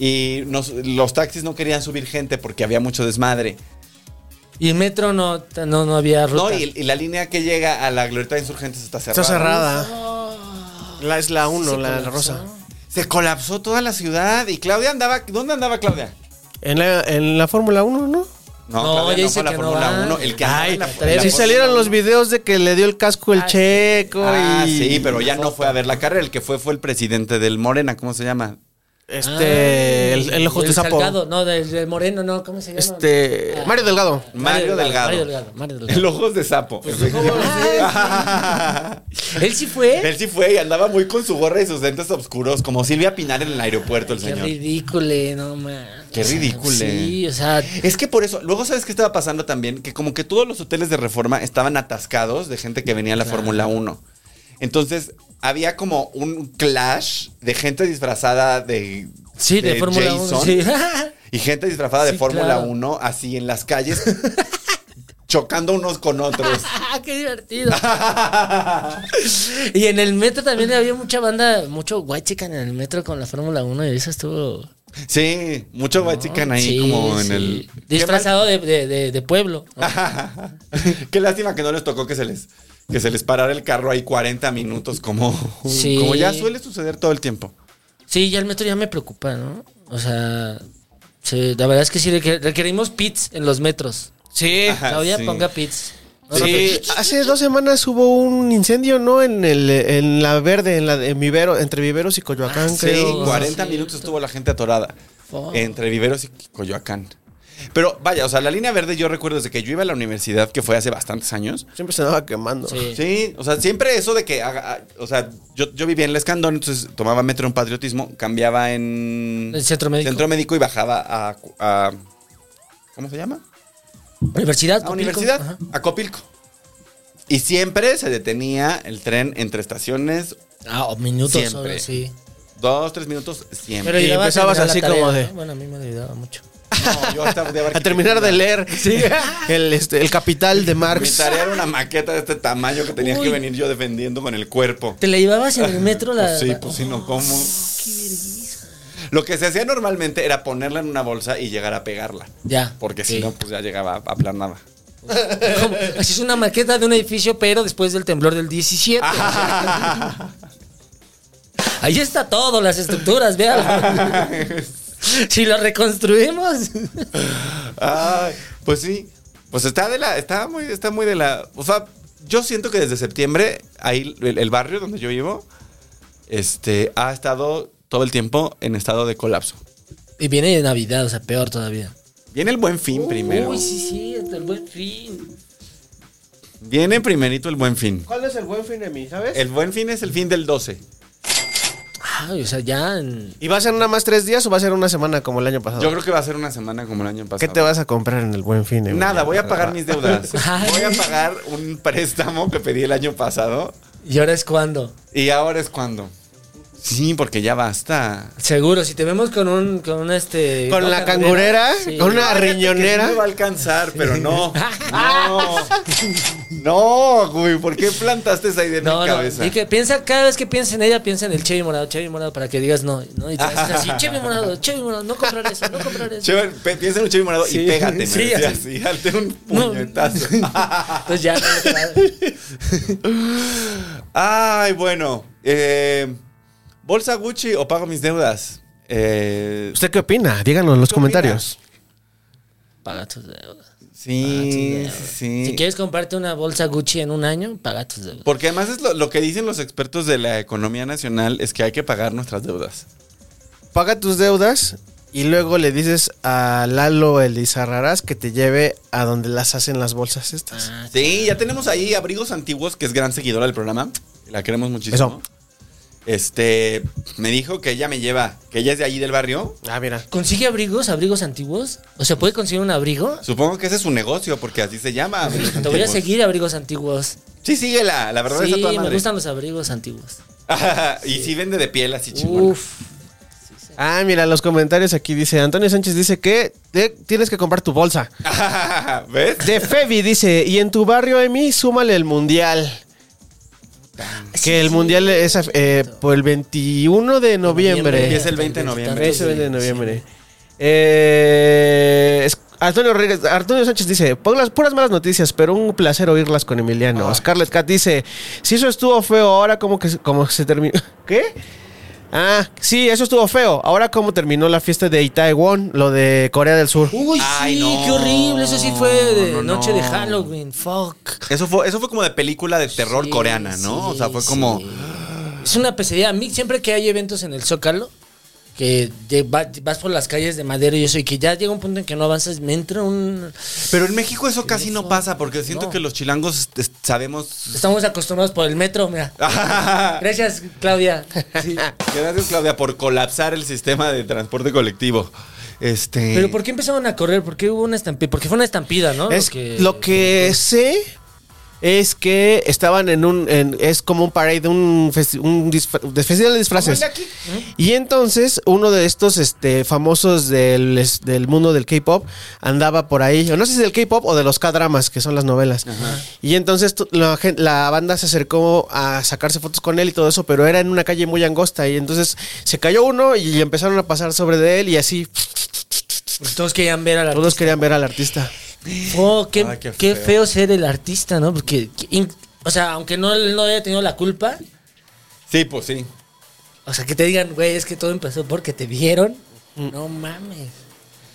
Y nos- los taxis no querían subir gente porque había mucho desmadre. Y el metro no, no, no había ruta. No, y, y la línea que llega a la Glorieta de Insurgentes está cerrada. Está cerrada. La, es la 1, Se la, la colapsó. rosa. Se colapsó toda la ciudad y Claudia andaba. ¿Dónde andaba Claudia? En la, en la Fórmula 1, ¿no? No, No, Claudia no ya dice fue a la que no Fórmula va. 1. El que andaba Ay, en la, trae- en la si Sí salieron los videos de que le dio el casco el Ah, sí. checo Ah, y... sí, pero ya no fue a ver la carrera. El que fue fue el presidente del Morena, ¿cómo se llama? Este. Ah, el, el ojo de sapo. Salgado, no, del, del moreno, no, ¿cómo se llama? Este. Ah, Mario Delgado. Mario Delgado. Mario Delgado, Mario Delgado. El ojos de sapo. Pues, Él sí fue. Él sí fue y andaba muy con su gorra y sus lentes oscuros, como Silvia Pinar en el aeropuerto, el Qué señor. ridícule, no man. Qué O sea, ridícule. Sí, o sea, Es que por eso, luego sabes qué estaba pasando también, que como que todos los hoteles de reforma estaban atascados de gente que venía a la Fórmula 1. Entonces, había como un clash de gente disfrazada de... sí, de, Fórmula 1. Jason Sí. Y gente disfrazada de Sí, Fórmula claro. 1 así en las calles, chocando unos con otros. Ah, Qué divertido. Y en el metro también había mucha banda, mucho white chicken en el metro con la Fórmula 1 y eso estuvo. sí, mucho guachican ahí Sí, como en sí. el... Ah. Disfrazado de, de- de- de pueblo. Qué lástima que no les tocó que se les, que se les parara el carro ahí 40 minutos, como, Sí. como ya suele suceder todo el tiempo. Sí, ya el metro ya me preocupa, ¿no? O sea, sí, la verdad es que sí requer- requerimos pits en los metros. Sí. Ajá, Claudia, sí. ponga pits. No, no, Sí, pero- hace dos semanas hubo un incendio, ¿no? En el, en la verde, en la de en Vivero, entre Viveros y Coyoacán, Ah, Sí, creo. 40 Sí. minutos estuvo la gente atorada Fuck. entre Viveros y Coyoacán. Pero vaya, o sea, la línea verde yo recuerdo desde que yo iba a la universidad, que fue hace bastantes años. Siempre se andaba quemando. Sí. Sí, o sea, siempre eso de que, haga- ah, o sea, yo, yo vivía en el Escandón, entonces tomaba metro en Patriotismo, cambiaba en El Centro Médico. Centro Médico y bajaba a, a- ¿cómo se llama? Universidad. a Copilco. universidad, Ajá. a Copilco. Y siempre se detenía el tren entre estaciones, Ah, o minutos Siempre. solo, sí. dos, tres minutos, siempre. Y llegaba a empezabas terminar la así como de- ¿no? Bueno, a mí me ayudaba mucho. No, yo hasta odiaba A terminar de arquitectura. leer el, este, el Capital de Mi Marx. tarea era una maqueta de este tamaño que tenía que Uy. venir yo defendiendo con el cuerpo. ¿Te la llevabas en el metro? La, Pues sí, la- pues sí, no, ¿cómo? Qué vergüenza. Lo que se hacía normalmente era ponerla en una bolsa y llegar a pegarla. Ya. Porque Sí. si no, pues ya llegaba, aplanaba. Como- así es una maqueta de un edificio, pero después del temblor del 17. Ahí está todo, las estructuras, vean. si lo reconstruimos. Ay, pues sí. Pues está de la. Está muy, está muy de la. O sea, yo siento que desde septiembre, ahí el, el barrio donde yo vivo, este, ha estado todo el tiempo en estado de colapso. y viene de Navidad, o sea, peor todavía. Viene el buen fin primero. Uy, sí, sí, hasta el buen fin. Viene primerito el buen fin. ¿Cuál es el buen fin de mí, sabes? El buen fin es el fin del 12. Ay, o sea, ya en- ¿Y va a ser nada más tres días o va a ser una semana como el año pasado? Yo creo que va a ser una semana como el año pasado. ¿Qué te vas a comprar en el buen fin? Emiliano? Nada, voy a pagar mis deudas. Ay. Voy a pagar un préstamo que pedí el año pasado. ¿Y ahora es cuando? Y ahora es cuando. Sí, porque ya basta. Seguro, si te vemos con un, con un este... Con la cangurera, sí. con una Fíjate que sí riñonera. me va a alcanzar, pero no. No. No, güey, ¿por qué plantaste esa idea en No, mi no, cabeza? di que piensa, cada vez que pienses en ella, piensa en el Chevy morado, Chevy morado, para que digas no, ¿no? Y te haces así, Chevy morado, Chevy morado, no comprar eso, no comprar eso. Chévere, pe- piensa en un chivo morado Sí. y pégate. Sí, Sí, así. así, date un No. puñetazo. Entonces ya, claro. Ay, bueno. eh, ¿Bolsa Gucci o pago mis deudas? Eh, ¿Usted qué opina? Díganos en los ¿Qué comentarios. paga tus deudas. sí, deudas. sí. Ah, Si quieres comprarte una bolsa Gucci en un año, paga tus deudas. Porque además es lo, lo que dicen los expertos de la economía nacional es que hay que pagar nuestras deudas. Paga tus deudas y luego le dices a Lalo Elizarrarás que te lleve a donde las hacen las bolsas estas. Ah, Sí, ya tenemos ahí Abrigos Antiguos, que es gran seguidora del programa. La queremos muchísimo. Eso. Este, me dijo que ella me lleva, que ella es de allí del barrio. Ah, mira. ¿Consigue abrigos, abrigos antiguos? ¿O se puede conseguir un abrigo? Supongo que ese es su negocio, porque así se llama. Abrigos Te voy a Antiguos. seguir abrigos antiguos. Sí, síguela, la verdad Sí, es a toda me madre. gustan los abrigos antiguos. y sí vende de piel así chingón. Uf. Ah, mira, los comentarios aquí dice Antonio Sánchez dice que te- tienes que comprar tu bolsa. ¿Ves? De Febi dice, y en tu barrio, Emi, súmale el mundial. Que el mundial es eh, por el 21 de noviembre. Empieza el 20 de noviembre. Ese 20 de noviembre. Eh, es- Antonio, Rodríguez- Antonio Sánchez dice, "Puras- puras malas noticias, pero un placer oírlas con Emiliano. Scarlett Cat dice, si eso estuvo feo, ahora como que se- como que se terminó... ¿Qué? Ah, sí, eso estuvo feo. Ahora cómo terminó la fiesta de Itaewon, lo de Corea del Sur. Uy, Ay, sí, no. qué horrible. Eso sí fue de No, no, noche de no. Halloween. Fuck. Eso fue, eso fue como de película de terror Sí, coreana, ¿no? o sea, fue sí. como. Es una pesadilla. A mí, siempre que hay eventos en el Zócalo, que lle- va- vas por las calles de madera y eso, y que ya llega un punto en que no avanzas, me entra un... Pero en México eso casi no pasa, porque siento No. que los chilangos es- sabemos. Estamos acostumbrados por el metro, mira. Gracias, Claudia. Sí. Gracias, Claudia, por colapsar el sistema de transporte colectivo. Este. Pero ¿por qué empezaron a correr? ¿Por qué hubo una estampida? Porque fue una estampida, ¿no? Es lo que sé es que estaban en un en- es como un parade un, festi- un disfra- de festival de ¿eh? disfraces. Y entonces uno de estos este famosos del, es- del mundo del K-pop andaba por ahí, o no sé si del K-pop o de los K-dramas, que son las novelas. Y entonces tu- la, gen- la banda se acercó a sacarse fotos con él y todo eso, pero era en una calle muy angosta y entonces se cayó uno y empezaron a pasar sobre de él y así Porque pues, todos querían ver a Pues la... todos querían ver al artista. Oh, qué, Ay, qué qué, feo. feo. ser el artista, ¿no? Porque, que in- o sea, aunque no, él no haya tenido la culpa, Sí, pues sí. o sea, que te digan, güey, es que todo empezó porque te vieron. No mames.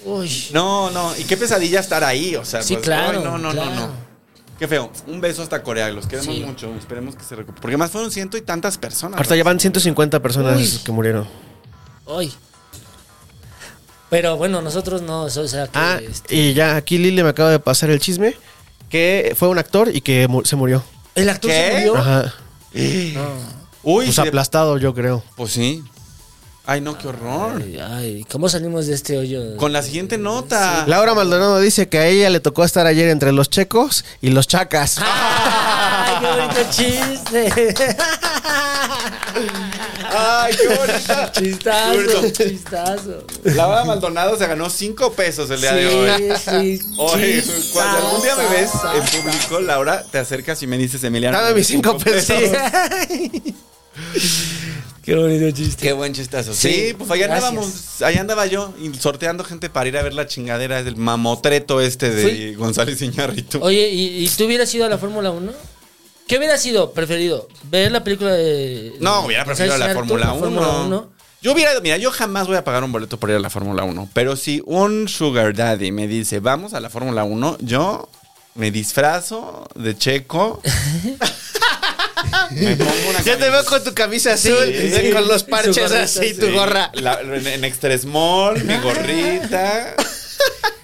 Uy. Mm. No, no. Y qué pesadilla estar ahí, o sea. Sí, pues, claro, ay, no, no, claro. no, no. Qué feo. Un beso hasta Corea. Los queremos Sí. mucho. Esperemos que se recupere. Porque más fueron ciento y tantas personas. Hasta ya van 150 personas Uy. que murieron. Uy. Pero bueno, nosotros no, o sea, que Ah, este, y ya aquí Lili me acaba de pasar el chisme que fue un actor y que mu- se murió. el actor ¿Qué? se murió. Ajá. Uy, Pues sí, de- aplastado, yo creo. pues sí. Ay, no, qué horror. Ay, ay, ¿cómo salimos de este hoyo? Con la siguiente nota. Laura Maldonado dice que a ella le tocó estar ayer entre los checos y los chacas. Ah. ¡Ay, qué bonito chiste! Ay, qué bonita. Chistazo, Bonito. chistazo. Laura Maldonado se ganó cinco pesos el día de hoy. Sí, sí. Oye, chistazo. cuando algún día me ves en público, Laura, te acercas y me dices, Emiliano. Dame mis cinco pesos. Qué bonito chiste. Qué buen chistazo. Sí, Sí, pues allá gracias. andábamos, allá andaba yo y sorteando gente para ir a ver la chingadera del mamotreto este de Sí. González Iñárritu. Oye, ¿y, y tú hubieras ido a la Fórmula 1? ¿Qué hubiera sido preferido? ¿Ver la película de.? No, hubiera de preferido la César, Fórmula tú, la Fórmula 1. Yo hubiera, mira, yo jamás voy a pagar un boleto por ir a la Fórmula 1, pero si un sugar daddy me dice, vamos a la Fórmula 1, yo me disfrazo de checo. me pongo una Ya te veo con tu camisa azul, Sí. con los parches Su gorrita, así, sí. tu gorra. la- en, en extresmol, mi gorrita,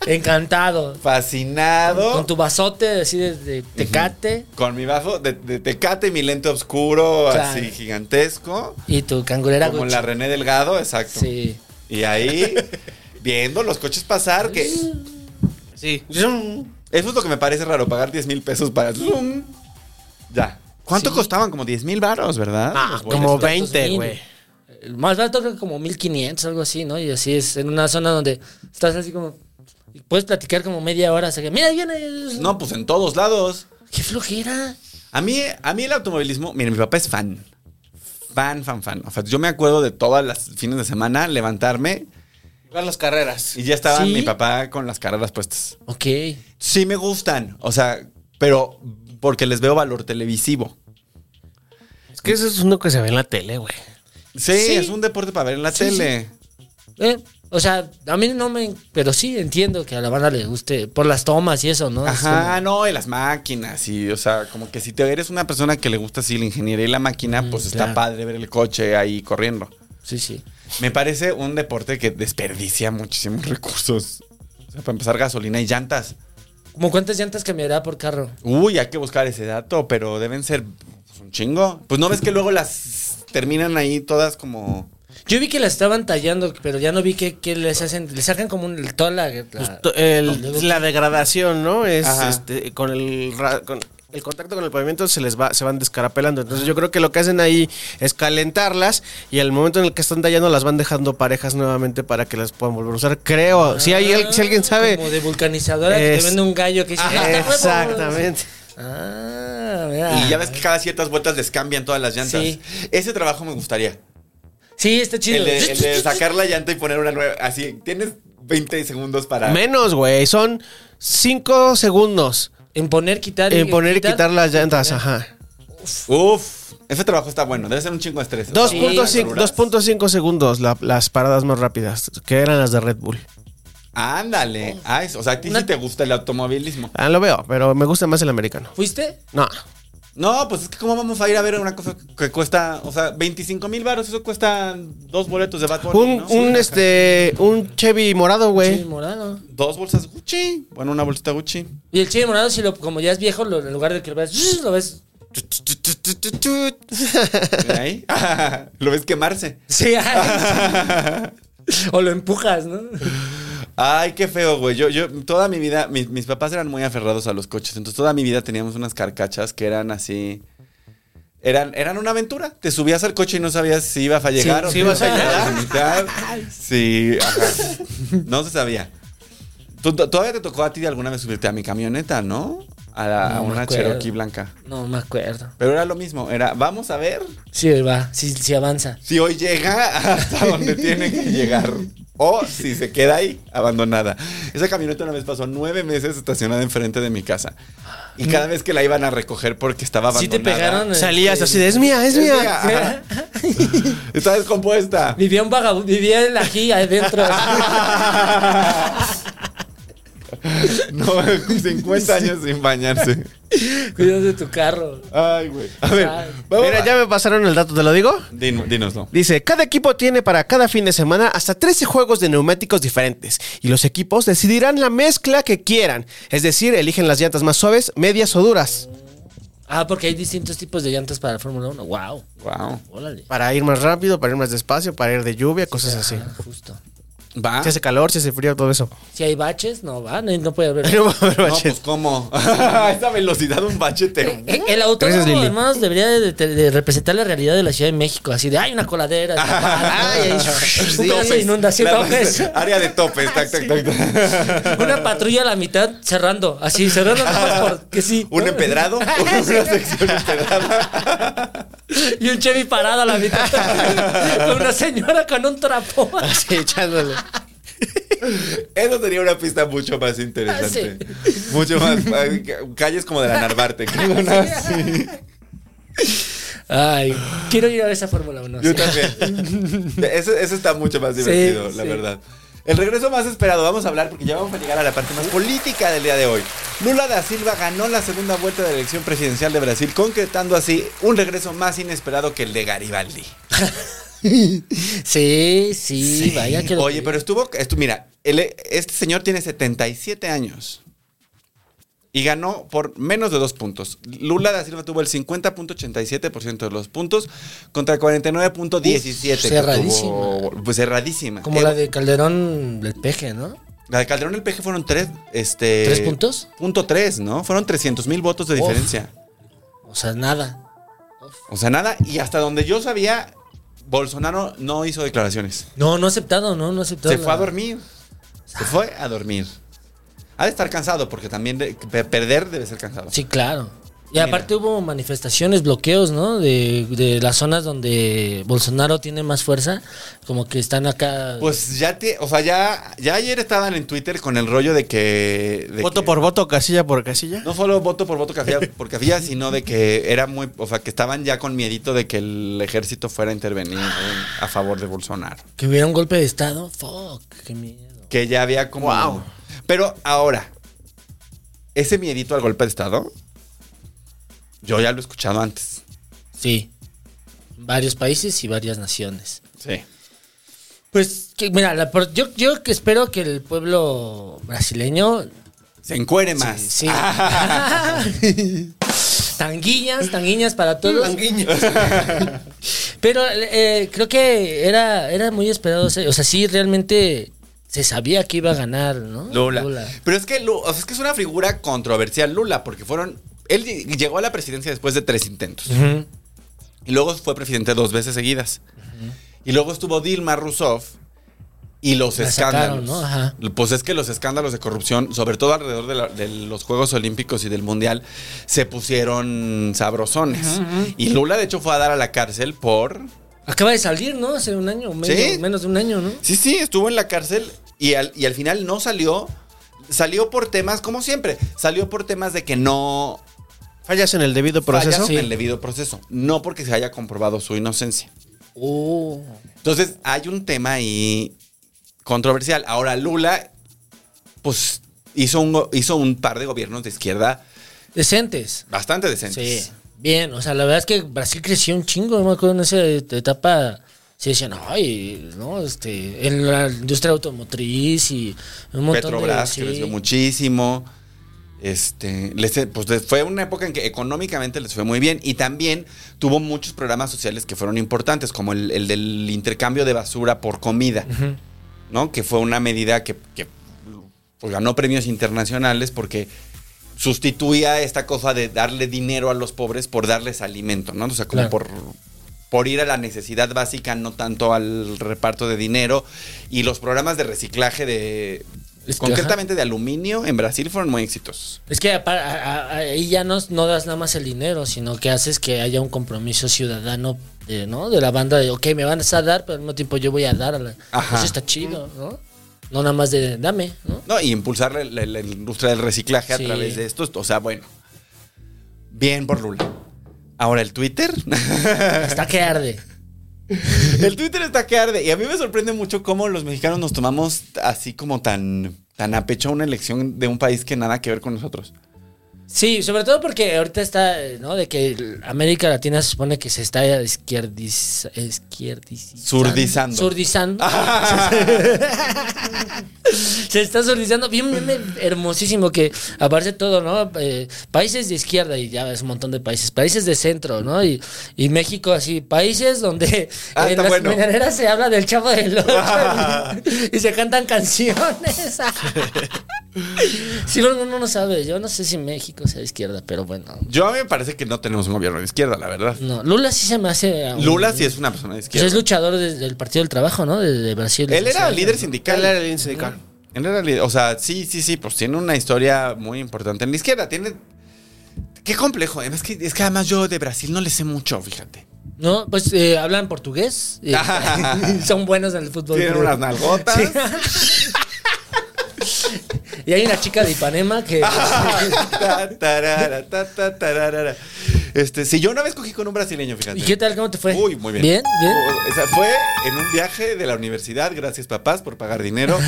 Encantado. fascinado. Con tu basote así de, de tecate Con mi bajo de, de tecate y mi lente oscuro, Claro. así gigantesco. y tu cangurera como Gucci. la René Delgado, exacto. Sí. Y ahí, viendo los coches pasar, que. Sí. Eso es lo que me parece raro, pagar 10 mil pesos para. zoom. Ya. Ah, ¿Cuánto costaban? Como 10 mil baros, ¿verdad? Los boletos. como Tantos 20, mil. güey. El Más barato creo que como 1500, algo así, ¿no? Y así es, en una zona donde estás así como. y Puedes platicar como media hora. O sea que, mira, ahí viene. No, pues en todos lados. Qué flojera. A mí, a mí el automovilismo, miren, mi papá es fan. Fan, fan, fan. O sea, yo me acuerdo de todas las fines de semana levantarme Van las carreras. y ya estaba ¿Sí? mi papá con las carreras puestas. Ok. Sí me gustan, o sea, pero porque les veo valor televisivo. Es que eso es uno que se ve en la tele, güey. Sí, Sí. es un deporte para ver en la Sí, tele. Eh, o sea, a mí no me. Pero sí entiendo que a la banda le guste por las tomas y eso, ¿no? Es Ajá, no, y las máquinas, y o sea, como que si te eres una persona que le gusta así la ingeniería y la máquina, pues está Mm, claro. padre ver el coche ahí corriendo. como- Sí, sí. Me parece un deporte que desperdicia muchísimos recursos. O sea, para empezar, gasolina y llantas. ¿Cómo cuántas llantas cambiará por carro? Uy, hay que buscar ese dato, pero deben ser pues, un chingo. Pues no ves que luego las terminan ahí todas como. Yo vi que la estaban tallando, pero ya no vi que, que les hacen. Le sacan como un, toda la. la- Pues, To- el- la degradación, ¿no? Es Ajá. este, con el ra- con el contacto con el pavimento se les va, se van descarapelando. Entonces yo creo que lo que hacen ahí es calentarlas y al momento en el que están tallando las van dejando parejas nuevamente para que las puedan volver a usar. Creo. si hay al- si alguien sabe. Ah, Como de vulcanizadora que Es- te vende un gallo que dice. "Ah, está huevo". Exactamente. Ah, mira. Y ya ves que cada ciertas vueltas les cambian todas las llantas. Sí. Ese trabajo me gustaría. Sí, está chido. El de, el de sacar la llanta y poner una nueva. Así, tienes 20 segundos para. Menos, güey. Son cinco segundos En poner, quitar. y- en poner y quitar las llantas. Ajá. Uf, ese trabajo está bueno. Debe ser un chingo de estrés. O sea, Sí. 2.5 duras. 2.5 segundos la- las paradas más rápidas, que eran las de Red Bull. Ándale. Ah, eso. O sea, a ti sí Una- te gusta el automovilismo. Ah, lo veo, pero me gusta más el americano. ¿Fuiste? No. No, pues es que cómo vamos a ir a ver una cosa que cuesta, o sea, 25 mil baros, eso cuesta dos boletos de Bad Bunny, Un, ¿no? un, Ajá. este, un Chevy morado, güey. Chile morado. Dos bolsas Gucci, bueno, una bolsita Gucci. Y el chile morado, si lo, como ya es viejo, lo- en lugar de que lo ves, lo ves. Y ahí, lo ves quemarse. Sí, ay. o lo empujas, ¿no? Ay, qué feo, güey. Yo, yo, toda mi vida, mis, mis papás eran muy aferrados a los coches. Entonces, toda mi vida teníamos unas carcachas que eran así. Eran, eran una aventura. Te subías al coche y no sabías si ibas a llegar Sí, o si si ibas a llegar. Sí, ajá. no se sabía. Tú- tú- todavía te tocó a ti alguna vez subirte a mi camioneta, ¿no? A, la- No a me una acuerdo. Cherokee blanca. No me acuerdo. Pero era lo mismo. Era, vamos a ver Sí, va, sí, sí avanza. si hoy llega hasta donde tiene que llegar. O si se queda ahí, abandonada. Esa camioneta una vez pasó nueve meses estacionada enfrente de mi casa. Y cada vez que la iban a recoger porque estaba Sí abandonada. te pegaron. Salías este, así de, es mía, es mía. Ajá. Está descompuesta. Vivía un vagabundo, vivía en la aquí adentro. No, 50 años sin bañarse. Cuidado de tu carro. Ay, güey. A ver, Ay. vamos Mira, a- ya me pasaron el dato, ¿te lo digo? Din- dínoslo. Dice, cada equipo tiene para cada fin de semana hasta 13 juegos de neumáticos diferentes y los equipos decidirán la mezcla que quieran, es decir, eligen las llantas más suaves, medias o duras Ah, porque hay distintos tipos de llantas para la Fórmula 1. Wow. Wow. Órale. para ir más rápido, para ir más despacio, para ir de lluvia, cosas así. Ah, justo. Va. Si hace calor, si hace frío, todo eso. Si hay baches, no va, no, no puede haber. No va a haber No, baches. pues cómo. A esa velocidad un bachete. Eh, El autódromo, Gracias, Lili. hermanos, debería de, de- de representar la realidad de la Ciudad de México. Así de, hay una coladera. Ay, Sí, hay inundación. Ah, la- topes. Área de topes, tac, tac, tac, tac. Una patrulla a la mitad cerrando. Así, cerrando nada más porque sí. Un empedrado, una sección empedrada. Y un Chevy parado a la mitad. con una señora con un trapo. Así, echándole. Eso sería una pista mucho más interesante. Ah, Mucho más. ay, ca- Calles como de la Narvarte. que son así. Ay, quiero ir a ver esa Fórmula 1. Yo sí. también. Eso, eso está mucho más divertido, la sí. verdad. El regreso más esperado, vamos a hablar porque ya vamos a llegar a la parte más política del día de hoy. Lula da Silva ganó la segunda vuelta de la elección presidencial de Brasil, concretando así un regreso más inesperado que el de Garibaldi. Sí, sí, vaya que lo- Oye, pero estuvo, estu- mira, el- este señor tiene 77 años y ganó por menos de dos puntos. Lula da Silva tuvo el 50.87% de los puntos contra el 49.17. Uf, que cerradísima. tuvo- pues cerradísima. Como Eh, la de Calderón del peje, ¿no? la de Calderón el PG fueron tres, este... ¿Tres puntos? Punto tres, ¿no? Fueron 300 mil votos de Uf. diferencia. O sea, nada. O sea, nada. Y hasta donde yo sabía, Bolsonaro no hizo declaraciones. No, no ha aceptado, no, no ha aceptado. Se fue a la- dormir. Se fue a dormir. Ha de estar cansado, porque también de- pe- perder debe ser cansado. Sí, claro. Y Mira. aparte hubo manifestaciones, bloqueos, ¿no? De, de las zonas donde Bolsonaro tiene más fuerza, como que están acá. Pues ya te, o sea, ya, ya ayer estaban en Twitter con el rollo de que. de Voto que- por voto, casilla por casilla. No solo voto por voto cafía por cafía, sino de que era muy, o sea, que estaban ya con miedito de que el ejército fuera a intervenir en- a favor de Bolsonaro. que hubiera un golpe de estado. Fuck, qué miedo. Que ya había como. Wow. Pero ahora, ese miedito al golpe de Estado, yo ya lo he escuchado antes. Sí. Varios países y varias naciones. Sí. Pues, que, mira, la pro- yo, yo que espero que el pueblo brasileño. eh, Se encuere más. Sí. tanguiñas, tanguiñas para todos. Pero eh, creo que era, era muy esperado. O sea, o sea, sí, realmente se sabía que iba a ganar, ¿no? Lula. Pero es que, Lu- o sea, es que es una figura controversial Lula, porque fueron. Él ll- llegó a la presidencia después de tres intentos. Ujú. Y luego fue presidente dos veces seguidas. Y luego estuvo Dilma Rousseff y los La sacaron, escándalos. ¿no? Ajá. Pues es que los escándalos de corrupción, sobre todo alrededor de, la- de los Juegos Olímpicos y del Mundial, se pusieron sabrosones. Y Lula, de hecho, fue a dar a la cárcel por. Acaba de salir, ¿no? Hace un año, menos, ¿Sí? menos de un año, ¿no? Sí, sí, estuvo en la cárcel y al, y al final no salió. Salió por temas, como siempre, salió por temas de que no Fallas en el debido proceso. fallas en el debido proceso, no porque se haya comprobado su inocencia. Oh. Entonces, hay un tema ahí controversial. Ahora, Lula, pues, hizo un, go- hizo un par de gobiernos de izquierda Decentes. bastante decentes. Sí. bien. O sea, la verdad es que Brasil creció un chingo. Yo me acuerdo en esa etapa. Sí, decían, ay, no, este, en la industria automotriz y un montón Petrobras de... sí. creció muchísimo. Este, les, pues les- fue una época en que económicamente les fue muy bien y también tuvo muchos programas sociales que fueron importantes, como el, el del intercambio de basura por comida, ¿no? Que fue una medida que, que, pues, ganó premios internacionales porque sustituía esta cosa de darle dinero a los pobres por darles alimento, ¿no? O sea, como Claro. por por ir a la necesidad básica, no tanto al reparto de dinero. Y los programas de reciclaje de. Es que, concretamente de aluminio en Brasil fueron muy exitosos. Es que apa- a- a- ahí ya no, no das nada más el dinero, sino que haces que haya un compromiso ciudadano, de, ¿no? De la banda de, ok, me van a dar, pero al mismo tiempo yo voy a dar. a la- Ajá. Eso está chido, ¿no? No nada más de, dame, ¿no? No, y impulsar la, la- la industria del reciclaje a Sí. través de esto. O sea, bueno. Bien por Lula. Ahora el Twitter. Está que arde. el Twitter está que arde. Y a mí me sorprende mucho cómo los mexicanos nos tomamos así como tan, tan a pecho una elección de un país que nada que ver con nosotros. Sí, sobre todo porque ahorita está, eh, ¿no? De que el- América Latina se supone que se está izquierdiz, Surdizando. izquierdizando. Surdizando. se está surdizando. Bien, bien, bien, hermosísimo que aparece todo, ¿no? Eh, países de izquierda y ya es un montón de países. Países de centro, ¿no? Y, y México así. Países donde Ah, en está las bueno. mañaneras se habla del chavo del Ocho y, y se cantan canciones. Sí, uno no lo sabe. Yo no sé si México sea de izquierda, pero bueno. Yo a mí me parece que no tenemos un gobierno de izquierda, la verdad. No, Lula sí se me hace. a un- Lula sí es una persona de Pues izquierda. es luchador de- del Partido del Trabajo, ¿no? De, de Brasil. Él O sea, era líder Él era sindical. el sindical. Él era líder. O sea, sí, sí, sí, pues tiene una historia muy importante en la izquierda. Tiene. Qué complejo. eh, Es que, es que además yo de Brasil no le sé mucho, fíjate. No, pues eh, hablan portugués. eh, son buenos en el fútbol. Tienen creo. unas nalgotas. Y hay una chica de Ipanema que. Ta, tarara, ta, ta, tararara. Este, si yo una vez cogí con un brasileño, fíjate. ¿Y qué tal? ¿Cómo te fue? Uy, muy bien. Bien, bien. O sea, fue en un viaje de la universidad, gracias papás por pagar dinero,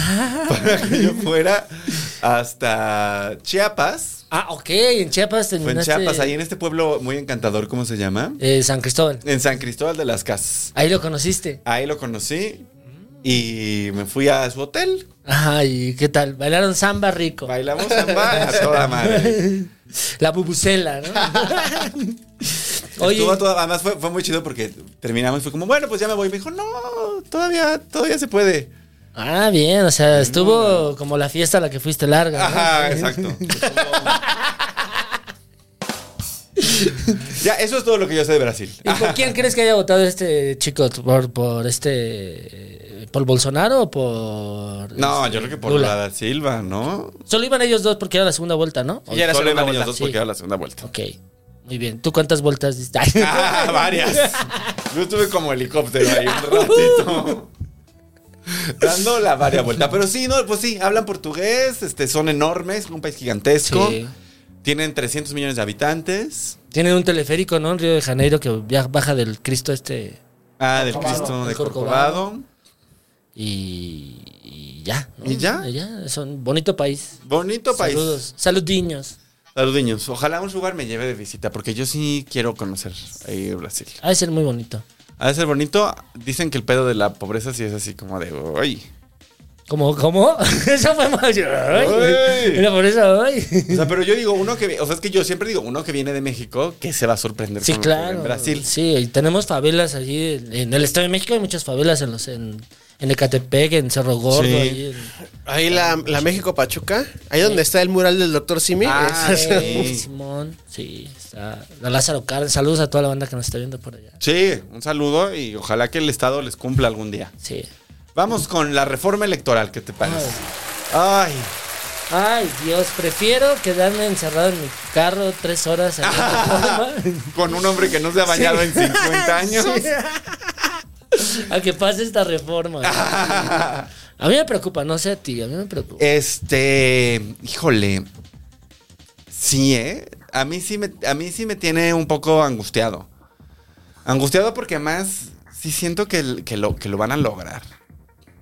para que yo fuera hasta Chiapas. Ah, ok, en Chiapas Fue en terminaste. Chiapas, ahí en este pueblo muy encantador, ¿cómo se llama? eh, San Cristóbal. En San Cristóbal de las Casas. Ahí lo conociste. Ahí lo conocí y me fui a su hotel. Ajá, ¿y qué tal? Bailaron samba rico. Bailamos samba a toda madre. La bubucela, ¿no? Estuvo todo- además fue, fue muy chido porque terminamos y fue como, bueno, pues ya me voy. Me dijo, no, todavía, todavía se puede. Ah, bien, o sea, estuvo como la fiesta a la que fuiste larga. ¿no? Ajá, exacto. ya, eso es todo lo que yo sé de Brasil. Ah, ¿Y por quién crees que haya votado este chico? ¿Por, por este. por Bolsonaro o por. No, este, yo creo que por Lula? la da Silva, ¿no? Solo iban ellos dos porque era la segunda vuelta, ¿no? Y era Solo solo iban iban ellos dos porque sí. era la segunda vuelta. Ok, muy bien. ¿Tú cuántas vueltas diste? Ay. Ah, varias. Yo estuve como helicóptero ahí un ratito. Dando la varia vuelta. Pero sí, no, pues sí, hablan portugués, este, son enormes, un país gigantesco. Sí. Tienen 300 millones de habitantes. Tienen un teleférico, ¿no? En Río de Janeiro que via- baja del Cristo este Ah, del Corcovado. Cristo de El Corcovado. Corcovado. y. y ya. ¿no? ¿Y ya? Es un bonito país. Bonito país. Saludos. Saludiños. Saludiños. Ojalá un lugar me lleve de visita, porque yo sí quiero conocer eh, Brasil. Ha de ser muy bonito. Ha de ser bonito. Dicen que el pedo de la pobreza sí es así como de, uy. ¿Cómo? ¿Cómo? Eso fue más. Ay. Era por eso O ay. sea, pero yo digo uno que, o sea, es que yo siempre digo uno que viene de México que se va a sorprender Sí, con lo que ve claro. en Brasil. Sí, y tenemos favelas allí. En el Estado de México hay muchas favelas en los en, en Ecatepec, en Cerro Gordo. Sí. ahí en- Ahí la, la México Pachuca, ahí donde está el mural del doctor Simi. Ah, es- sí. Eh, Simón, sí, está la Lázaro Cárdenas. Saludos a toda la banda que nos está viendo por allá. Sí, un saludo y ojalá que el Estado les cumpla algún día. Sí. Vamos con la reforma electoral, ¿qué te parece? Ay, Ay, Dios, prefiero quedarme encerrado en mi carro tres horas. ahí en mi cama, con un hombre que no se ha bañado en 50 años. A que pase esta reforma. A mí me preocupa, no sé a ti, a mí me Eh, preocupa. Este, híjole. Sí, ¿eh? A mí sí me, a mí sí me tiene un poco angustiado. Angustiado porque además sí siento que, el- que lo, que lo van a lograr.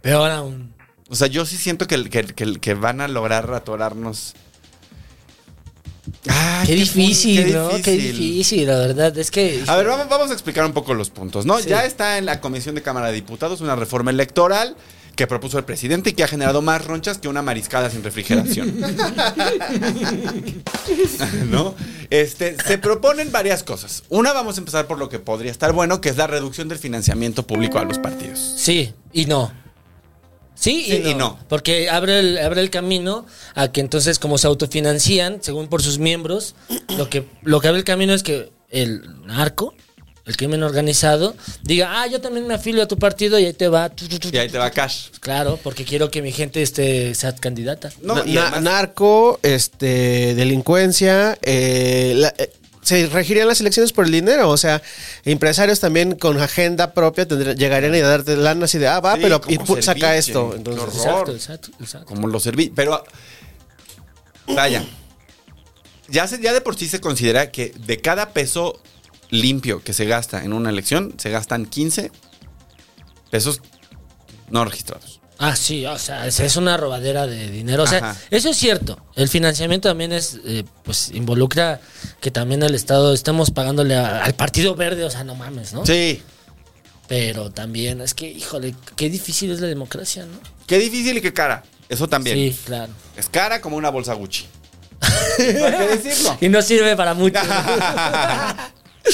Peor aún. O sea, yo sí siento que, el- que, el- que el- que van a lograr atorarnos Ay, Qué difícil, Ah, qué ¿no? Qué difícil, la verdad. Es que. A ver, vamos, vamos a explicar un poco los puntos, ¿no? Sí. Ya está en la Comisión de Cámara de Diputados una reforma electoral que propuso el presidente y que ha generado más ronchas que una mariscada sin refrigeración. ¿No? Este, se proponen varias cosas. Una, vamos a empezar por lo que podría estar bueno, que es la reducción del financiamiento público a los partidos. Sí, y no. Sí, y, Sí, no, y no. Porque abre el, abre el camino a que entonces, como se autofinancian, según por sus miembros, lo que, lo que abre el camino es que el narco, el crimen organizado, diga, ah, yo también me afilio a tu partido y ahí te va. tu, tu, tu, Y ahí te va cash. Claro, porque quiero que mi gente este, sea candidata. No, Na- y na- además- narco, este, delincuencia, eh, la- eh, se regirían las elecciones por el dinero, o sea, empresarios también con agenda propia tendrá- llegarían a darte lana así de, ah, va, Sí, pero como y, pu- saca serviche, esto. qué Entonces, horror. Exacto, exacto, exacto. como lo serví. Pero vaya, ya, se- ya de por sí se considera que de cada peso limpio que se gasta en una elección, se gastan 15 pesos no registrados. Ah, sí, o sea, es, es una robadera de dinero. O sea, Ajá. eso es cierto. El financiamiento también es, eh, pues, involucra que también el Estado estamos pagándole a- al Partido Verde, o sea, no mames, ¿no? Sí. Pero también es que, híjole, qué difícil es la democracia, ¿no? Qué difícil y qué cara. Eso también. Sí, claro. Es cara como una bolsa Gucci. No hay que decirlo. Y no sirve para mucho.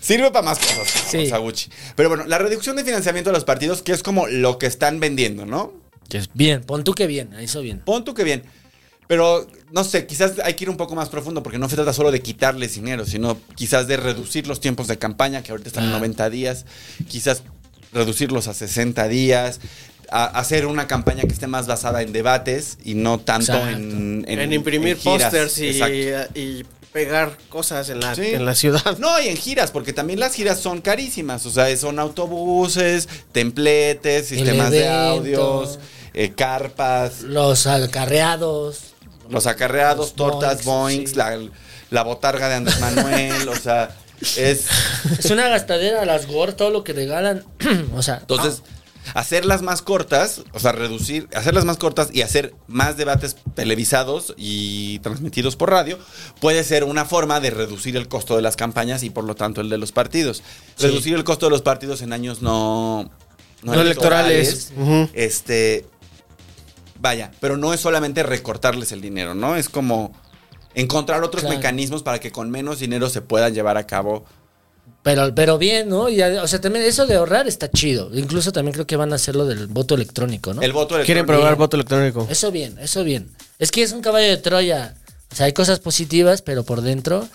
Sirve para más cosas, Sí. bolsa Gucci. Pero bueno, la reducción de financiamiento de los partidos, que es como lo que están vendiendo, ¿no? Que es bien, pon tú que bien, eso bien. Pon tú que bien. Pero, no sé, quizás hay que ir un poco más profundo porque no se trata solo de quitarles dinero, sino quizás de reducir los tiempos de campaña, que ahorita están en Ah. 90 días, quizás reducirlos a 60 días, a- hacer una campaña que esté más basada en debates y no tanto Exacto. en, en, imprimir en giras. pósters y, Exacto. y pegar cosas en la, Sí. en la ciudad. No, y en giras, porque también las giras son carísimas. O sea, son autobuses, templetes, El sistemas de evento. audios, eh, carpas. Los acarreados. Los acarreados, Los tortas, boings, boings, sí. la, la botarga de Andrés Manuel, o sea, es... Es una gastadera, las GOR, todo lo que regalan. o sea, Entonces, hacerlas más cortas, o sea, reducir, hacerlas más cortas y hacer más debates televisados y transmitidos por radio, puede ser una forma de reducir el costo de las campañas y por lo tanto el de los partidos. Sí. Reducir el costo de los partidos en años no... No electorales. Ujú. Este... Vaya, pero no es solamente recortarles el dinero, ¿no? Es como encontrar otros Claro. mecanismos para que con menos dinero se puedan llevar a cabo. Pero, pero bien, ¿no? Y, o sea, también eso de ahorrar está chido. Incluso también creo que van a hacer lo del voto electrónico, ¿no? El voto Quieren electrónico. probar voto electrónico. Eso bien, eso bien. Es que es un caballo de Troya. O sea, hay cosas positivas, pero por dentro.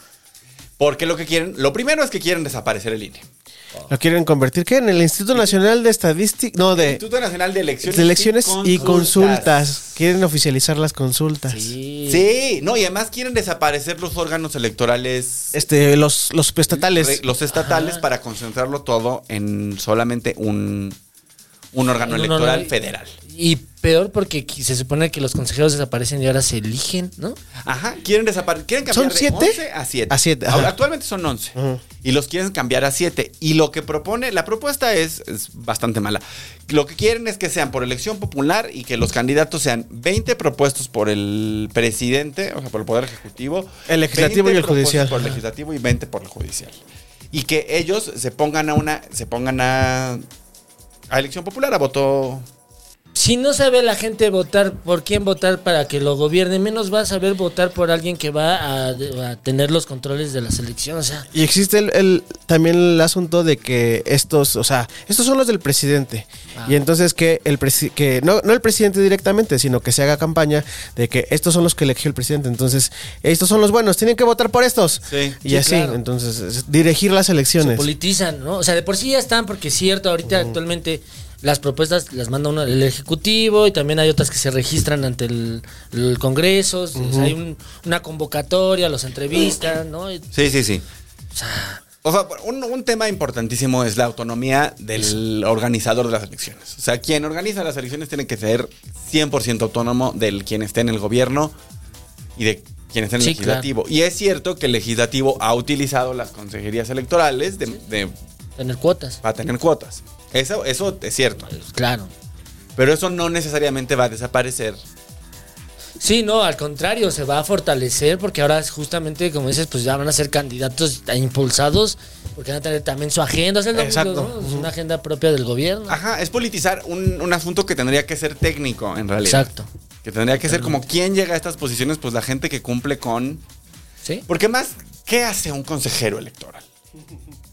Porque lo que quieren, lo primero es que quieren desaparecer el INE. Eh, ¿Lo quieren convertir qué? En el Instituto Nacional de Estadística. No, de, Instituto Nacional de Elecciones, de Elecciones y consultas. Quieren oficializar las consultas. Sí. Sí, no, y además quieren desaparecer los órganos electorales Este, los, los estatales. re- los estatales para concentrarlo todo en solamente un, un órgano No, no, electoral no, y- federal. Y peor porque qui- se supone que los consejeros desaparecen y ahora se eligen, ¿no? Ajá, quieren desaparecer, quieren cambiar ¿Son siete? de 11 a 7. A siete, ajá. Ahora, actualmente son 11 y los quieren cambiar a 7 y lo que propone, la propuesta es, es bastante mala. Lo que quieren es que sean por elección popular y que los candidatos sean 20 propuestos por el presidente, o sea, por el poder ejecutivo, El legislativo y 20 el propuestos judicial. Por el legislativo y 20 por el judicial. Y que ellos se pongan a una se pongan a a elección popular, a voto Si no sabe la gente votar por quién votar para que lo gobierne, menos va a saber votar por alguien que va a, a tener los controles de la selección. O sea, Y existe el, el- también el asunto de que estos, o sea, estos son los del presidente. Ah. Y entonces que el presi- que no, no el presidente directamente, sino que se haga campaña de que estos son los que eligió el presidente. Entonces, estos son los buenos, tienen que votar por estos. Sí. Y Sí, así, claro. entonces, es dirigir las se elecciones. politizan, ¿no? O sea, de por sí ya están, porque es cierto, ahorita actualmente las propuestas las manda uno el Ejecutivo y también hay otras que se registran ante el, el Congreso, o sea, hay un- una convocatoria, los entrevistan, ¿no? Y- Sí, sí, sí. O sea, un, un tema importantísimo es la autonomía del organizador de las elecciones. O sea, quien organiza las elecciones tiene que ser 100% autónomo del quien esté en el gobierno y de quien esté en el Sí, claro. legislativo. Y es cierto que el legislativo ha utilizado las consejerías electorales de- de- Tener cuotas, para tener cuotas. Eso, eso es cierto. claro. Pero eso no necesariamente va a desaparecer Sí, no, al contrario, se va a fortalecer porque ahora es justamente, como dices, pues ya van a ser candidatos impulsados porque van a tener también su agenda, o sea, es lo mismo, Exacto. Ah. ¿no? Es una agenda propia del gobierno. Ajá, es politizar un, un asunto que tendría que ser técnico, en realidad. Exacto. Que tendría que ser como quién llega a estas posiciones, pues la gente que cumple con. ¿Sí? Porque más, ¿qué hace un consejero electoral?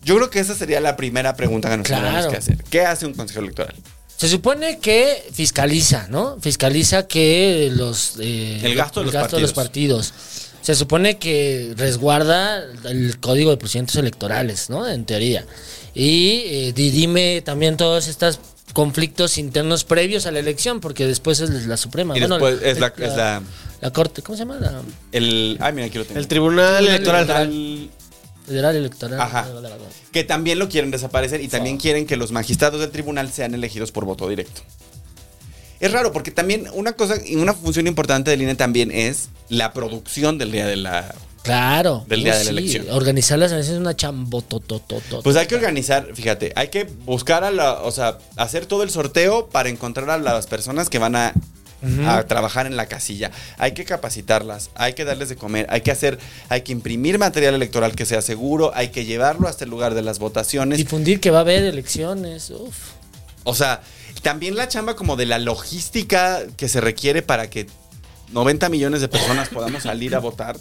Yo creo que esa sería la primera pregunta que nos Claro. tenemos que hacer. ¿Qué hace un consejero electoral? Se supone que fiscaliza, ¿no? Fiscaliza que los... eh, El gasto de los partidos. Se supone que resguarda el código de procedimientos electorales, ¿no? En teoría. Y eh, dirime también todos estos conflictos internos previos a la elección, porque después es la Suprema. Y Bueno, después es la- la, es la- la Corte, ¿cómo se llama? La El. Ah, mira, aquí lo tengo. El Tribunal Electoral. Electoral. Federal Electoral. Ajá. Que también lo quieren desaparecer y también quieren que los magistrados del tribunal sean elegidos por voto directo. Es raro porque también una cosa y una función importante del INE también es la producción del día de la... Claro. Del día Uh, de la elección. Organizar las elecciones es una chambototototota. Pues hay que organizar, fíjate, hay que buscar a la... O sea, hacer todo el sorteo para encontrar a las personas que van a, a trabajar en la casilla. Hay que capacitarlas, hay que darles de comer, hay que hacer... Hay que imprimir material electoral que sea seguro, hay que llevarlo hasta el lugar de las votaciones. Difundir que va a haber elecciones. Uf. O sea, también la chamba como de la logística que se requiere para que 90 millones de personas podamos salir a votar,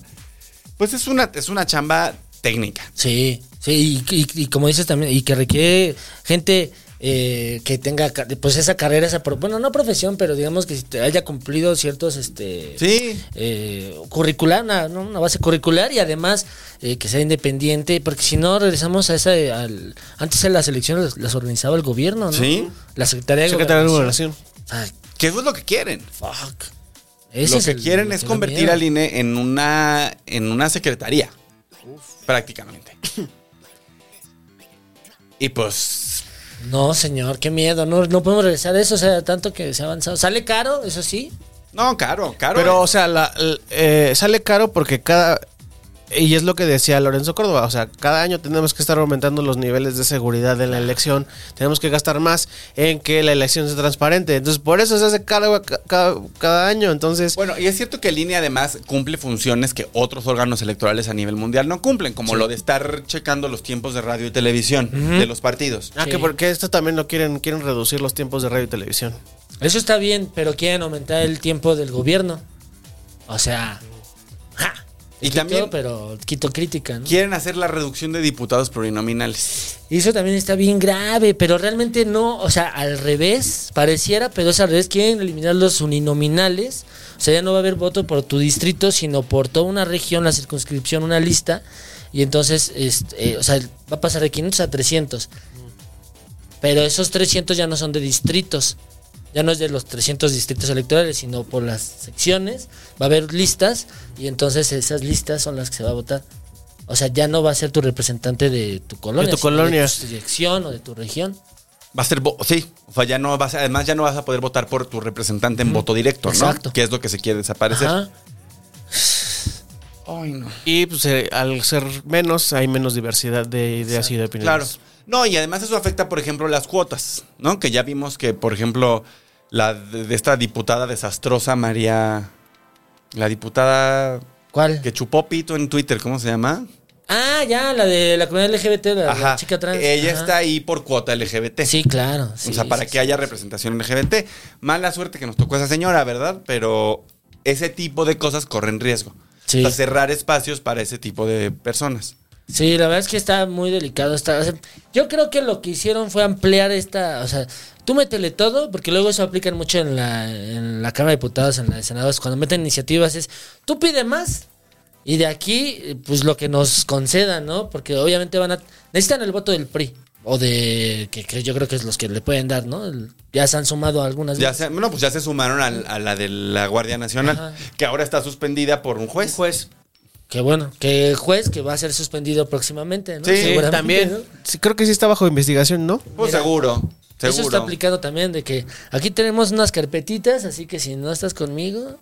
pues es una, es una chamba técnica. Sí, sí, y, y- y como dices también, y que requiere gente eh, que tenga ca- pues esa carrera, esa pro- bueno, no profesión, pero digamos que te haya cumplido ciertos este Sí. eh, curricular, una, ¿no? una base curricular y además eh, que sea independiente, porque si no regresamos a esa eh, al- antes en las elecciones las, las organizaba el gobierno, ¿no? Sí. La Secretaría de Secretario de Gobernación. Gobernación. Ay, Que eso es lo que quieren. fuck. Ese lo es que el- quieren lo es que da convertir miedo. al INE en una, en una secretaría. Prácticamente. Y pues No, señor, qué miedo, no, no podemos regresar a eso, o sea, tanto que se ha avanzado. Sale caro, eso sí, no, caro, caro. Pero, o sea, la- l- eh, sale caro porque cada. Y es lo que decía Lorenzo Córdoba, o sea, cada año tenemos que estar aumentando los niveles de seguridad de la elección, tenemos que gastar más en que la elección sea transparente, entonces por eso se hace caro ca- ca- cada año, entonces... Bueno, y es cierto que el INE además cumple funciones que otros órganos electorales a nivel mundial no cumplen, como lo de estar checando los tiempos de radio y televisión de los partidos. Ah, que sí. porque esto también lo quieren, quieren reducir los tiempos de radio y televisión. Eso está bien, pero quieren aumentar el tiempo del gobierno. O sea, ja, Y quito, también pero quito crítica, ¿no? quieren hacer la reducción de diputados plurinominales. Y eso también está bien grave, pero realmente no, o sea, al revés, pareciera, pero es al revés, quieren eliminar los uninominales, o sea, ya no va a haber voto por tu distrito, sino por toda una región, la circunscripción, una lista, y entonces, este, eh, o sea, va a pasar de 500 a 300. Pero esos 300 ya no son de distritos. Ya no es de los 300 distritos electorales, sino por las secciones. Va a haber listas y entonces esas listas son las que se va a votar. O sea, ya no va a ser tu representante de tu colonia. tu sino colonia. De tu dirección o de tu región. Va a ser, vo- sí, o sea, ya no vas, a- además ya no vas a poder votar por tu representante en voto directo, ¿no? Exacto. Que es lo que se quiere desaparecer. Ajá. Ay, no. Y pues, eh, al ser menos, hay menos diversidad de ideas y de Claro. opiniones. No, y además eso afecta, por ejemplo, las cuotas, ¿no? Que ya vimos que, por ejemplo, la de de esta diputada desastrosa María la diputada ¿Cuál? Que chupó pito en Twitter, ¿cómo se llama? Ah, ya, la de la comunidad LGBT, la, la chica trans. Ella Ajá. está ahí por cuota LGBT. Sí, claro. o sí, sea, para sí, que haya representación LGBT. Mala suerte que nos tocó esa señora, ¿verdad? Pero ese tipo de cosas corren riesgo. Sí. O sea, cerrar espacios para ese tipo de personas. Sí, la verdad es que está muy delicado. Está, o sea, yo creo que lo que hicieron fue ampliar esta. O sea, tú métele todo, porque luego eso aplican mucho en la, en la Cámara de Diputados, en la de Senadores. Cuando meten iniciativas es, tú pide más. Y de aquí, eh, pues lo que nos concedan, ¿no? Porque obviamente van a. Necesitan el voto del PRI. O de. Que, que yo creo que es los que le pueden dar, ¿no? El- ya se han sumado algunas Ya veces. se, bueno, pues ya se sumaron al- a, la de la Guardia Nacional, Ajá. que ahora está suspendida por un juez. Juez. Que bueno, que el juez que va a ser suspendido próximamente, ¿no? Sí, Seguramente, También, ¿no? sí, creo que sí está bajo investigación, ¿no? Pues seguro, seguro. Eso está aplicado también de que aquí tenemos unas carpetitas, así que si no estás conmigo.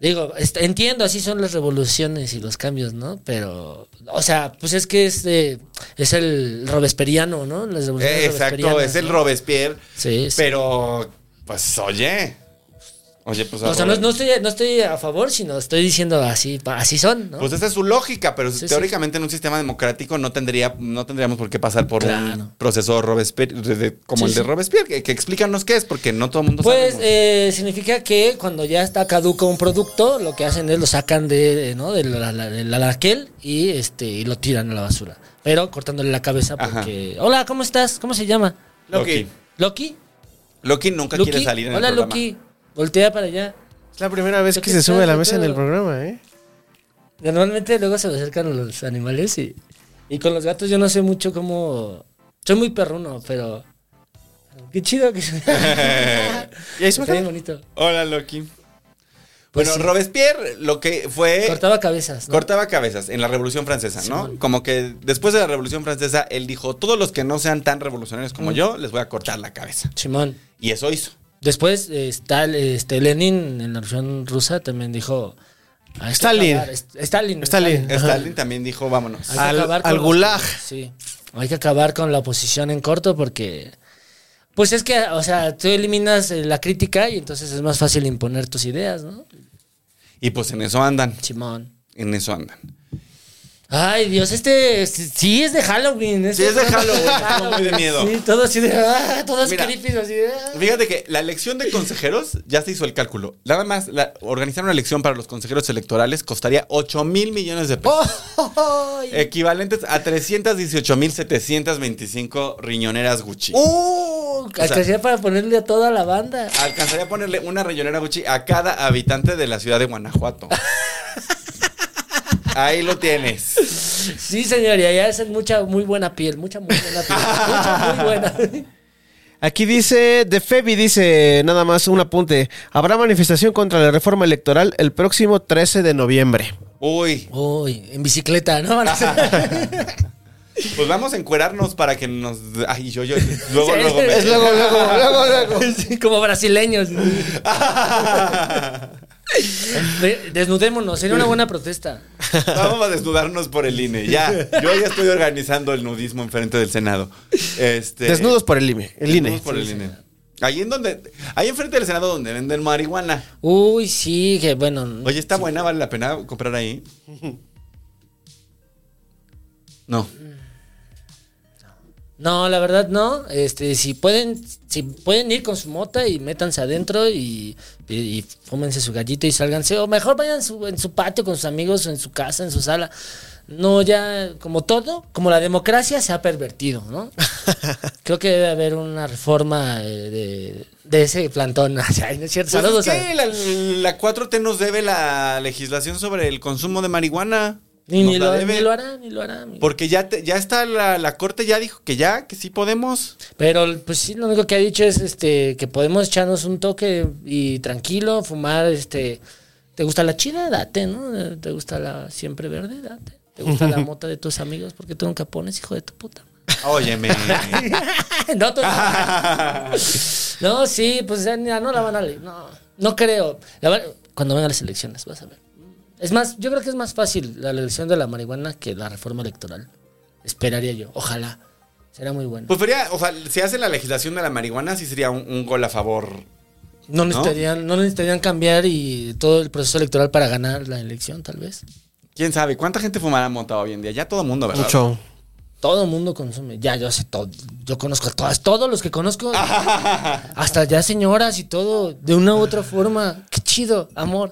Digo, est- entiendo, así son las revoluciones y los cambios, ¿no? Pero, o sea, pues es que es, de- es el robesperiano, ¿no? Las revoluciones Eh, exacto, robesperianas, es el ¿no? Robespierre. Sí, sí. Pero, pues oye, Oye, pues. O sea, no, ahora- no estoy, no estoy a favor, sino estoy diciendo así, pa- así son, ¿no? Pues esa es su lógica, pero Sí, teóricamente en un sistema democrático no tendría, no tendríamos por qué pasar por Claro. un proceso Robespierre, de- de- como Sí, el de sí. Robespierre, que, que explícanos qué es, porque no todo el mundo Pues sabe. eh, significa que cuando ya está caduco un producto, lo que hacen es lo sacan de, de, ¿no? del la, la- del alaquel y este y lo tiran a la basura. Pero cortándole la cabeza Ajá. porque. Hola, ¿cómo estás? ¿Cómo se llama? Loki. ¿Loki? Loki nunca ¿Loki? quiere salir en Hola, el programa. Loki. Voltea para allá. Es la primera vez Yo que qué se sé, sube a la yo mesa en creo. el programa, ¿eh? Normalmente luego se me acercan los animales y, y con los gatos yo no sé mucho cómo... Soy muy perruno, pero... Qué chido que se Eh, ¿Y ahí se Está bien me bonito. Hola, Loki. Pues bueno, sí. Robespierre lo que fue... Cortaba cabezas, ¿no? Cortaba cabezas en la Revolución Francesa, ¿no? Simón. Como que después de la Revolución Francesa, él dijo, todos los que no sean tan revolucionarios como Mm. yo, les voy a cortar la cabeza. Simón. Y eso hizo. Después eh, está el- este, Lenin en la revolución rusa también dijo... "Hay que Stalin. acabar, est- Stalin. Stalin. Ajá. Stalin también dijo, vámonos. Hay que Al- acabar con al los- gulag. sí. Hay que acabar con la oposición en corto porque. Pues es que, o sea, tú eliminas eh, la crítica y entonces es más fácil imponer tus ideas, ¿no? Y pues en eso andan, Simón. en eso andan. Ay, Dios, este sí- sí es de Halloween. este Sí, es de programa Halloween, estamos muy de miedo. Sí, todo así de. Ah, todo es Mira. creepy, así de. ah. Fíjate que la elección de consejeros ya se hizo el cálculo. Nada más la- organizar una elección para los consejeros electorales costaría 8 mil millones de pesos. Eh, Equivalentes a 318 mil 725 riñoneras Gucci. ¡Uh! Alcanzaría para ponerle a toda la banda. Alcanzaría a ponerle una riñonera Gucci a cada habitante de la ciudad de Guanajuato. Ahí lo tienes. Sí, señoría, ya es mucha, muy buena piel. Mucha, muy buena piel. mucha, muy buena. Aquí dice, de Febi dice, nada más un apunte. Habrá manifestación contra la reforma electoral el próximo 13 de noviembre. Uy, Uy, en bicicleta, ¿no? Van a hacer- pues vamos a encuerarnos para que nos. Ay, yo, yo. Luego, Sí. luego. me- Es luego, luego, luego, luego. Sí, como brasileños. De- Desnudémonos, sería una buena protesta. Vamos a desnudarnos por el INE, ya. Yo ya estoy organizando el nudismo enfrente del Senado. Este, Desnudos por el INE. El E. desnudos INE. por el INE. Ahí en donde, ahí enfrente del Senado donde venden marihuana. Uy, sí, que bueno. Oye, está buena, vale la pena comprar ahí. No. No, la verdad no. Este, si pueden, si pueden ir con su mota y métanse adentro y, y, y fúmense su gallito y sálganse. O mejor vayan en su, en su patio con sus amigos, o en su casa, en su sala. No, ya, como todo, como la democracia se ha pervertido, ¿no? Creo que debe haber una reforma eh, de, de ese plantón. Ay, no es cierto. Pues Saludos. es a- que la, la 4T nos debe la legislación sobre el consumo de marihuana. Ni, Nos ni la lo, debe. ni lo hará, ni lo hará. mi- Porque ya, te- ya está la, la corte, ya dijo que ya, que sí podemos. Pero pues sí, lo único que ha dicho es este que podemos echarnos un toque y tranquilo, fumar, este, ¿te gusta la china? Date, ¿no? ¿Te gusta la siempre verde? Date. ¿Te gusta la mota de tus amigos? Porque tú nunca pones, hijo de tu puta. madre? Óyeme. no, tú- no, sí, pues ya, ya no la van a leer. No, no creo. La van- cuando vengan las elecciones, vas a ver. Es más, yo creo que es más fácil la elección de la marihuana que la reforma electoral. Esperaría yo. Ojalá. Será muy bueno. Pues sería, o sea, si hace la legislación de la marihuana, sí sería un, un gol a favor. No necesitarían, ¿No? necesitarían cambiar y todo el proceso electoral para ganar la elección, tal vez. ¿Quién sabe? ¿Cuánta gente fumará montado hoy en día? Ya todo el mundo, ¿verdad? Mucho. Todo el mundo consume. Ya, yo sé todo. Yo conozco a todas, todos los que conozco. hasta ya señoras y todo, de una u otra forma. Qué chido, amor.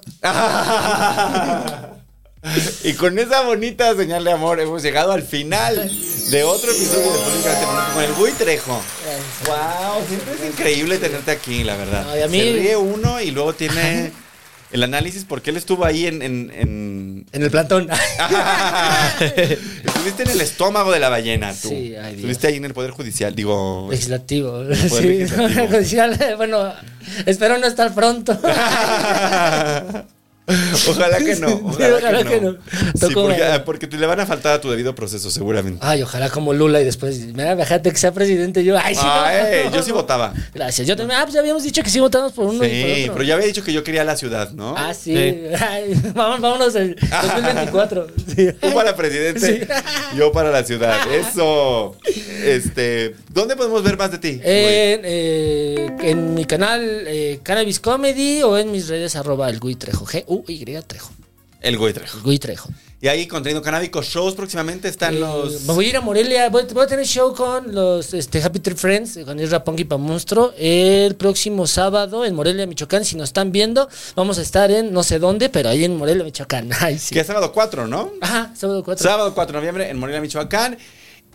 y con esa bonita señal de amor hemos llegado al final de otro episodio de Políticamente Correcto con el Gui Trejo. Wow, siempre es increíble tenerte aquí, la verdad. Ay, a mí- Se ríe uno y luego tiene el análisis porque él estuvo ahí en, en- en- En el plantón. Estuviste en el estómago de la ballena, tú. Sí, ay, Dios. Estuviste ahí en el Poder Judicial, digo... este. Legislativo. Poder Sí, legislativo. judicial, eh, bueno, espero no estar pronto. Ojalá que no. Ojalá, Sí, ojalá que, que no. no. Sí, Tocó porque, ah, madera. porque te le van a faltar a tu debido proceso, seguramente. Ay, ojalá como Lula y después, mira, déjate que sea presidente yo. Ay, sí, no. Ay, Ah, eh, yo sí votaba. Gracias. Yo también, ah, pues ya habíamos dicho que sí votamos por uno y por Sí, otro. pero ya había dicho que yo quería la ciudad, ¿no? Ah, sí. Sí. Ay, vamos, vámonos en 2024. Sí. Tú para presidente, yo para la ciudad. Eso. Este, ¿Dónde podemos ver más de ti? En, eh, en mi canal eh, Cannabis Comedy o en mis redes arroba el Gui Trejo. G-U-Y Trejo. Güey? El güey Trejo. El Gui Trejo. Y ahí contenido canábico, shows próximamente están Eh, los. me voy a ir a Morelia. Voy, voy a tener show con los este, Happy Tree Friends, con Isra Punk y Pa Monstruo, el próximo sábado en Morelia, Michoacán. Si nos están viendo, vamos a estar en no sé dónde, pero ahí en Morelia, Michoacán. Ay, sí. Que es sábado 4, ¿no? Ajá, sábado 4. Sábado 4 de noviembre en Morelia, Michoacán.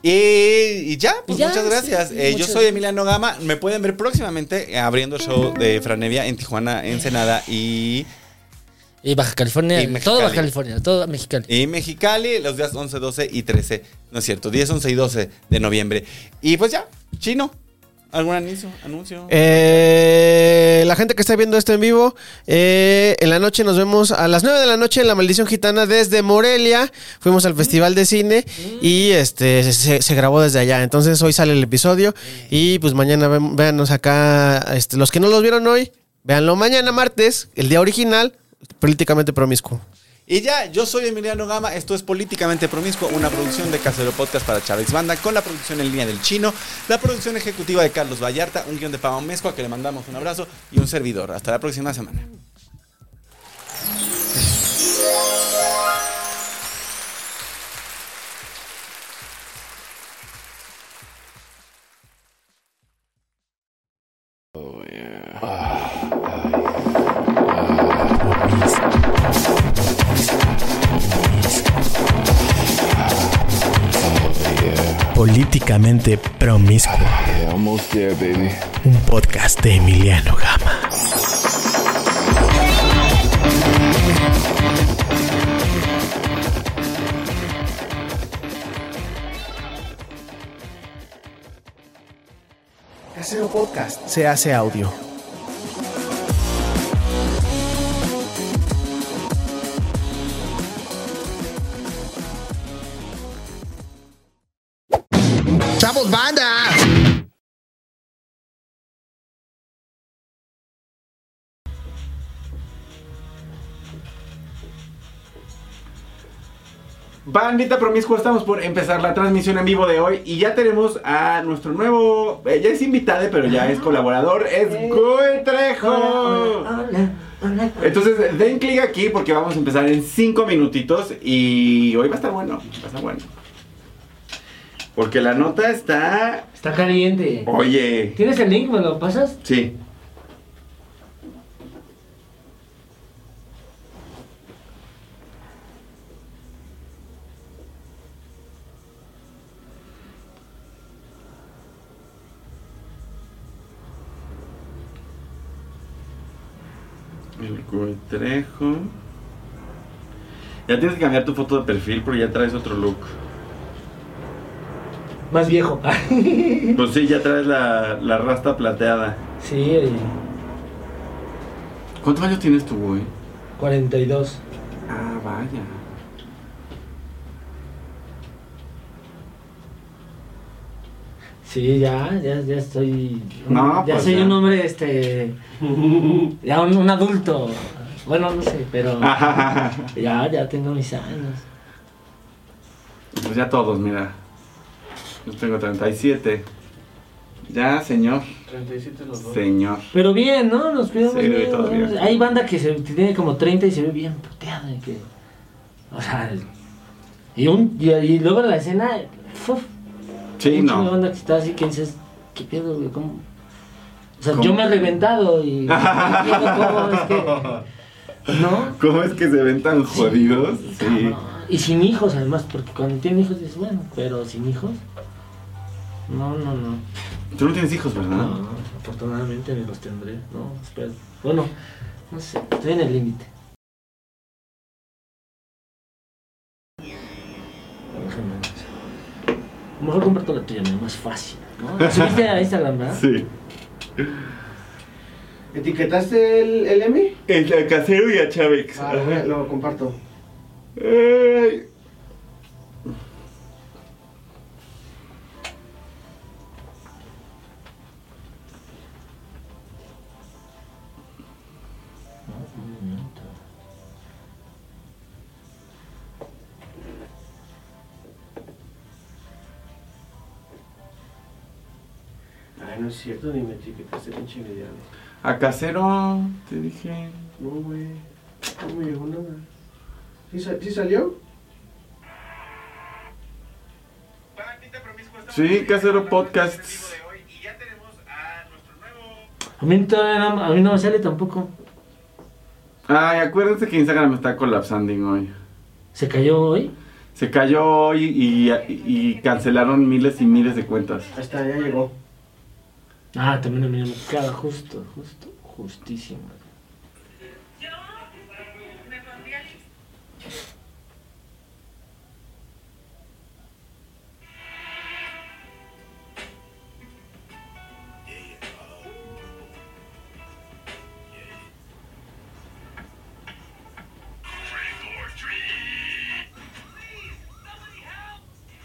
Y, y ya, pues Y ya, muchas gracias. sí, Eh, muchas- Yo soy Emiliano Gama. Me pueden ver próximamente abriendo show de Franevia en Tijuana, Ensenada y, y Baja California. Y todo Mexicali. Baja California, todo Mexicali. y Mexicali los días 11, 12 y 13. No es cierto, 10, 11 y 12 de noviembre. Y pues ya, chino. ¿Algún anuncio? anuncio? Eh, la gente que está viendo esto en vivo, eh, en la noche nos vemos a las 9 de la noche en La Maldición Gitana desde Morelia. Fuimos al Festival de Cine y este se, se grabó desde allá. Entonces hoy sale el episodio y pues mañana ve- véanos acá. este, los que no los vieron hoy, véanlo mañana martes, el día original, políticamente promiscuo. Y ya, yo soy Emiliano Gama, esto es Políticamente Promiscuo, una producción de Casero Podcast para Chávez Banda, con la producción en línea del chino, la producción ejecutiva de Carlos Vallarta, un guión de Pablo Mezcua, que le mandamos un abrazo, y un servidor. Hasta la próxima semana. Políticamente Promiscuo, Yeah, almost there, baby. un podcast de Emiliano Gama. Casero Podcast se hace audio. ¡Chavos, banda! Bandita Promiscua, estamos por empezar la transmisión en vivo de hoy, y ya tenemos a nuestro nuevo, eh, ya es invitado, pero ya es colaborador, es Gui Trejo. Entonces, den clic aquí porque vamos a empezar en 5 minutitos y hoy va a estar bueno, va a estar bueno. Porque la nota está... Está caliente. Oye, ¿Tienes el link? ¿Me lo pasas? sí. El Gui Trejo. Ya tienes que cambiar tu foto de perfil porque ya traes otro look. Más viejo. Pues sí, ya traes la, la rasta plateada. sí, eh, ¿Cuántos años tienes tú, güey? 42. Ah, vaya. Sí, ya, ya, ya estoy. No, ya pues soy ya. un hombre, este. Ya un, un adulto. Bueno, no sé, pero. Ya, ya tengo mis años. Pues ya todos, mira. Yo tengo 37. Ya, señor. 37 los dos. Señor. Pero bien, ¿no? Nos cuidamos Sí, bien, todo ¿no? bien. Hay banda que se tiene como 30 y se ve bien puteada. y que- o sea, el- y, un, y, y luego la escena. uf, Sí, un chingo de no. banda que está así que dices, ¿qué pedo, güey? ¿Cómo? O sea, ¿Cómo? yo me he reventado y. no entiendo cómo es que- ¿No? ¿Cómo es que se ven tan jodidos? Sí. Y sin hijos, además, porque cuando tienen hijos dices, bueno, pero sin hijos. No, no, no. Tú no tienes hijos, No, ¿verdad? no, afortunadamente me los tendré. No, espero. Bueno, no sé, estoy en el límite. A lo mejor comparto la tuya, me más fácil. ¿no? La Subiste a Instagram, ¿verdad? Sí. ¿Etiquetaste el, el M? El, al casero y a Chávez. Ah, lo voy a- lo comparto. Ay. Ay, no es cierto, ni me etiquetaste, pinche envidiado. A casero, te dije. No, güey. No me llegó nada. ¿Sí, sa- sí salió? Sí, casero podcasts. A mí, todavía no, a mí no me sale tampoco. Ay, acuérdense que Instagram está colapsando hoy. ¿Se cayó hoy? Se cayó hoy y, y cancelaron miles y miles de cuentas. Ahí está, ya llegó. Ah, también a mí no me caga. Justo, justo, justísimo.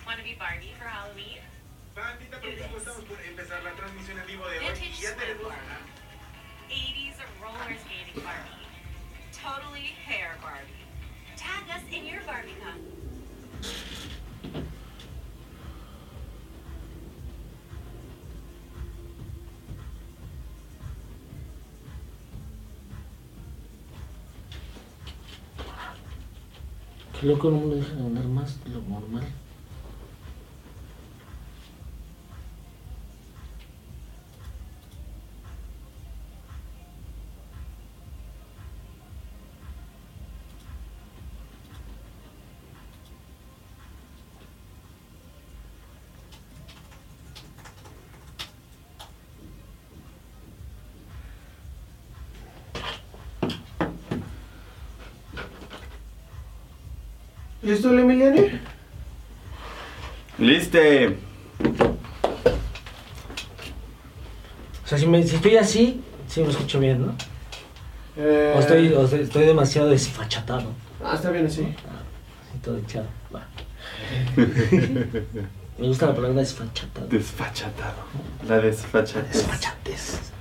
Want to be Barbie for Halloween? Vintage swimwear. 80s roller skating Barbie. Totally hair Barbie. Tag us in your Barbie con. Qué loco, no me lo dejan ganar más de lo normal. ¿Listo el Emiliano? ¡Liste! O sea, si, me, si estoy así, sí me escucho bien, ¿no? Eh, O estoy, o estoy, estoy demasiado desfachatado. Ah, está bien así. Así todo hinchado. Va. me gusta la palabra desfachatado. Desfachatado. La desfachata. Desfachates.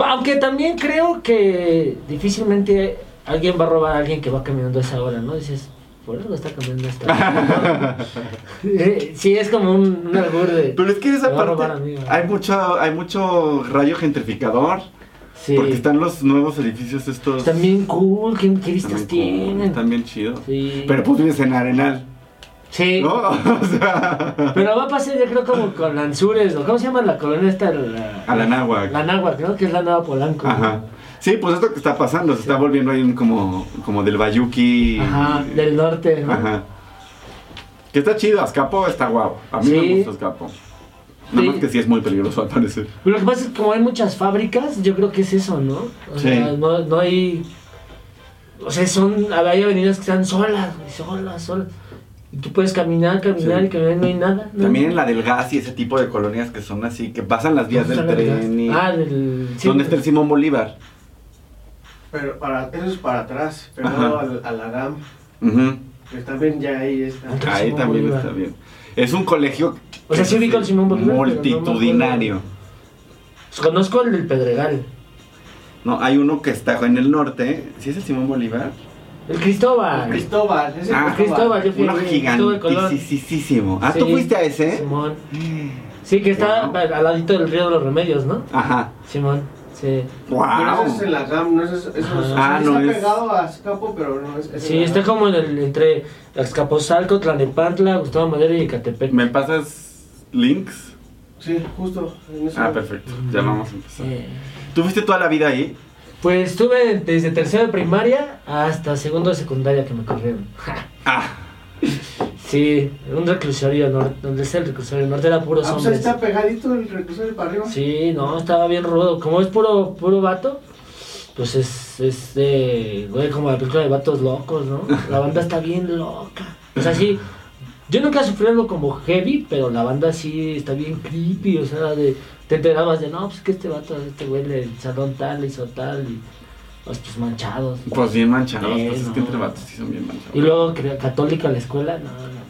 Va, Aunque también creo que difícilmente alguien va a robar a alguien que va caminando a esa hora, ¿no? Dices, por algo está caminando a esta hora. Eh, sí, es como un, un albur de. Pero es que Me esa va a parte robar a mí, ¿verdad? hay mucho, hay mucho rayo gentrificador. Sí. Porque están los nuevos edificios estos. Están bien cool, ¿qué, están qué bien cool, vistas tienen? están bien chidos. Sí. Pero pues vives en Arenal, sí. ¿no? O sea. Pero va a pasar, yo creo, como con Lanzures, ¿no? ¿Cómo se llama la colonia esta? La, A la náhuac. La Nahua, creo que es la Nueva Polanco. Ajá. Sí, pues esto que está pasando, se está volviendo ahí un como, como del Bayuki. Ajá, del norte. ¿no? Ajá. Que está chido, Azcapo está guapo. A mí Sí. me gusta Azcapo. Nada Sí. más que sí es muy peligroso al parecer. Lo que pasa es que como hay muchas fábricas, yo creo que es eso, ¿no? O Sí. sea, no, no hay... O sea, son, hay avenidas que están solas, güey, solas, solas. Y tú puedes caminar, caminar Sí. y caminar y no hay nada. ¿no? También en la del gas y ese tipo de colonias que son así, que pasan las vías del Están las tren y... gas- Ah, del... sí, ¿Dónde está el Simón Bolívar? Pero para, eso es para atrás, pero Ajá. no al- a, la DAM. Ujú. Que también ya ahí está. Ah, Ahí Simón también Bolívar. está bien. Es un colegio... O sea, sí ubico el Simón Bolívar, pero no me acuerdo. Multitudinario. Conozco el del Pedregal. No, hay uno que está en el norte. ¿Sí es el Simón Bolívar? El Cristóbal. Cristóbal, ese Ah, es Cristóbal, yo fui Uno al Cristóbal Colón. gigantísimo. Ah, ¿tú Sí, fuiste a ese? Simón. Sí, que está Wow. al al ladito del río de los remedios, ¿no? Ajá. Simón, sí. Pero ese ¡Wow! es en la DAM, no es. Eso, eso, Ah, no está es- pegado a Escapo, pero no es. es en Sí, la está DAM. como en el, entre Azcapotzalco, Tlanepantla, Gustavo Madero y Ecatepec. ¿Me pasas links? Sí, justo. en eso. Ah, perfecto. Ya vamos a empezar. Eh, ¿Tú fuiste toda la vida ahí? Pues estuve desde tercero de primaria hasta segundo de secundaria que me corrieron. Ah, Sí, un reclusorio norte, donde está el reclusorio norte era puros Ah, pues ahí hombres. está pegadito el reclusorio para arriba. Sí, no, estaba bien rudo. Como es puro, puro vato, pues es, es de, güey, como la película de vatos locos, ¿no? La banda está bien loca. O sea, sí, yo nunca sufrí algo como heavy, pero la banda sí está bien creepy, o sea, de, te enterabas de, no, pues que este vato, este güey del salón tal le hizo tal, y los pues manchados. pues bien manchados. Eh, pues es no. que entre vatos sí son bien manchados. Y luego que era católica la escuela, no, no, no,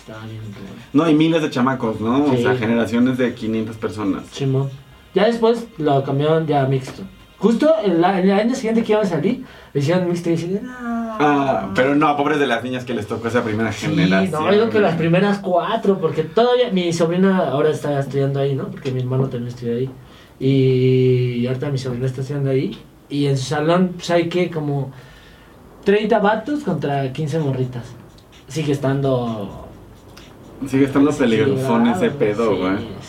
estaba bien rudo. No, y miles de chamacos, ¿no? O Sí. sea, generaciones de 500 personas. Simón. Ya después lo cambiaron ya a mixto. Justo en la- en el año siguiente que iba a salir, le hicieron mixtape y dije, no. Ah, pero no, pobres de las niñas que les tocó esa primera Sí, generación. no, digo que las primeras cuatro, porque todavía mi sobrina ahora está estudiando ahí, ¿no? Porque mi hermano también estudia ahí. Y ahorita mi sobrina está estudiando ahí. Y en su salón, pues hay que como 30 vatos contra 15 morritas. Sigue estando. Sigue estando peligrosón peligroso ese pedo, güey.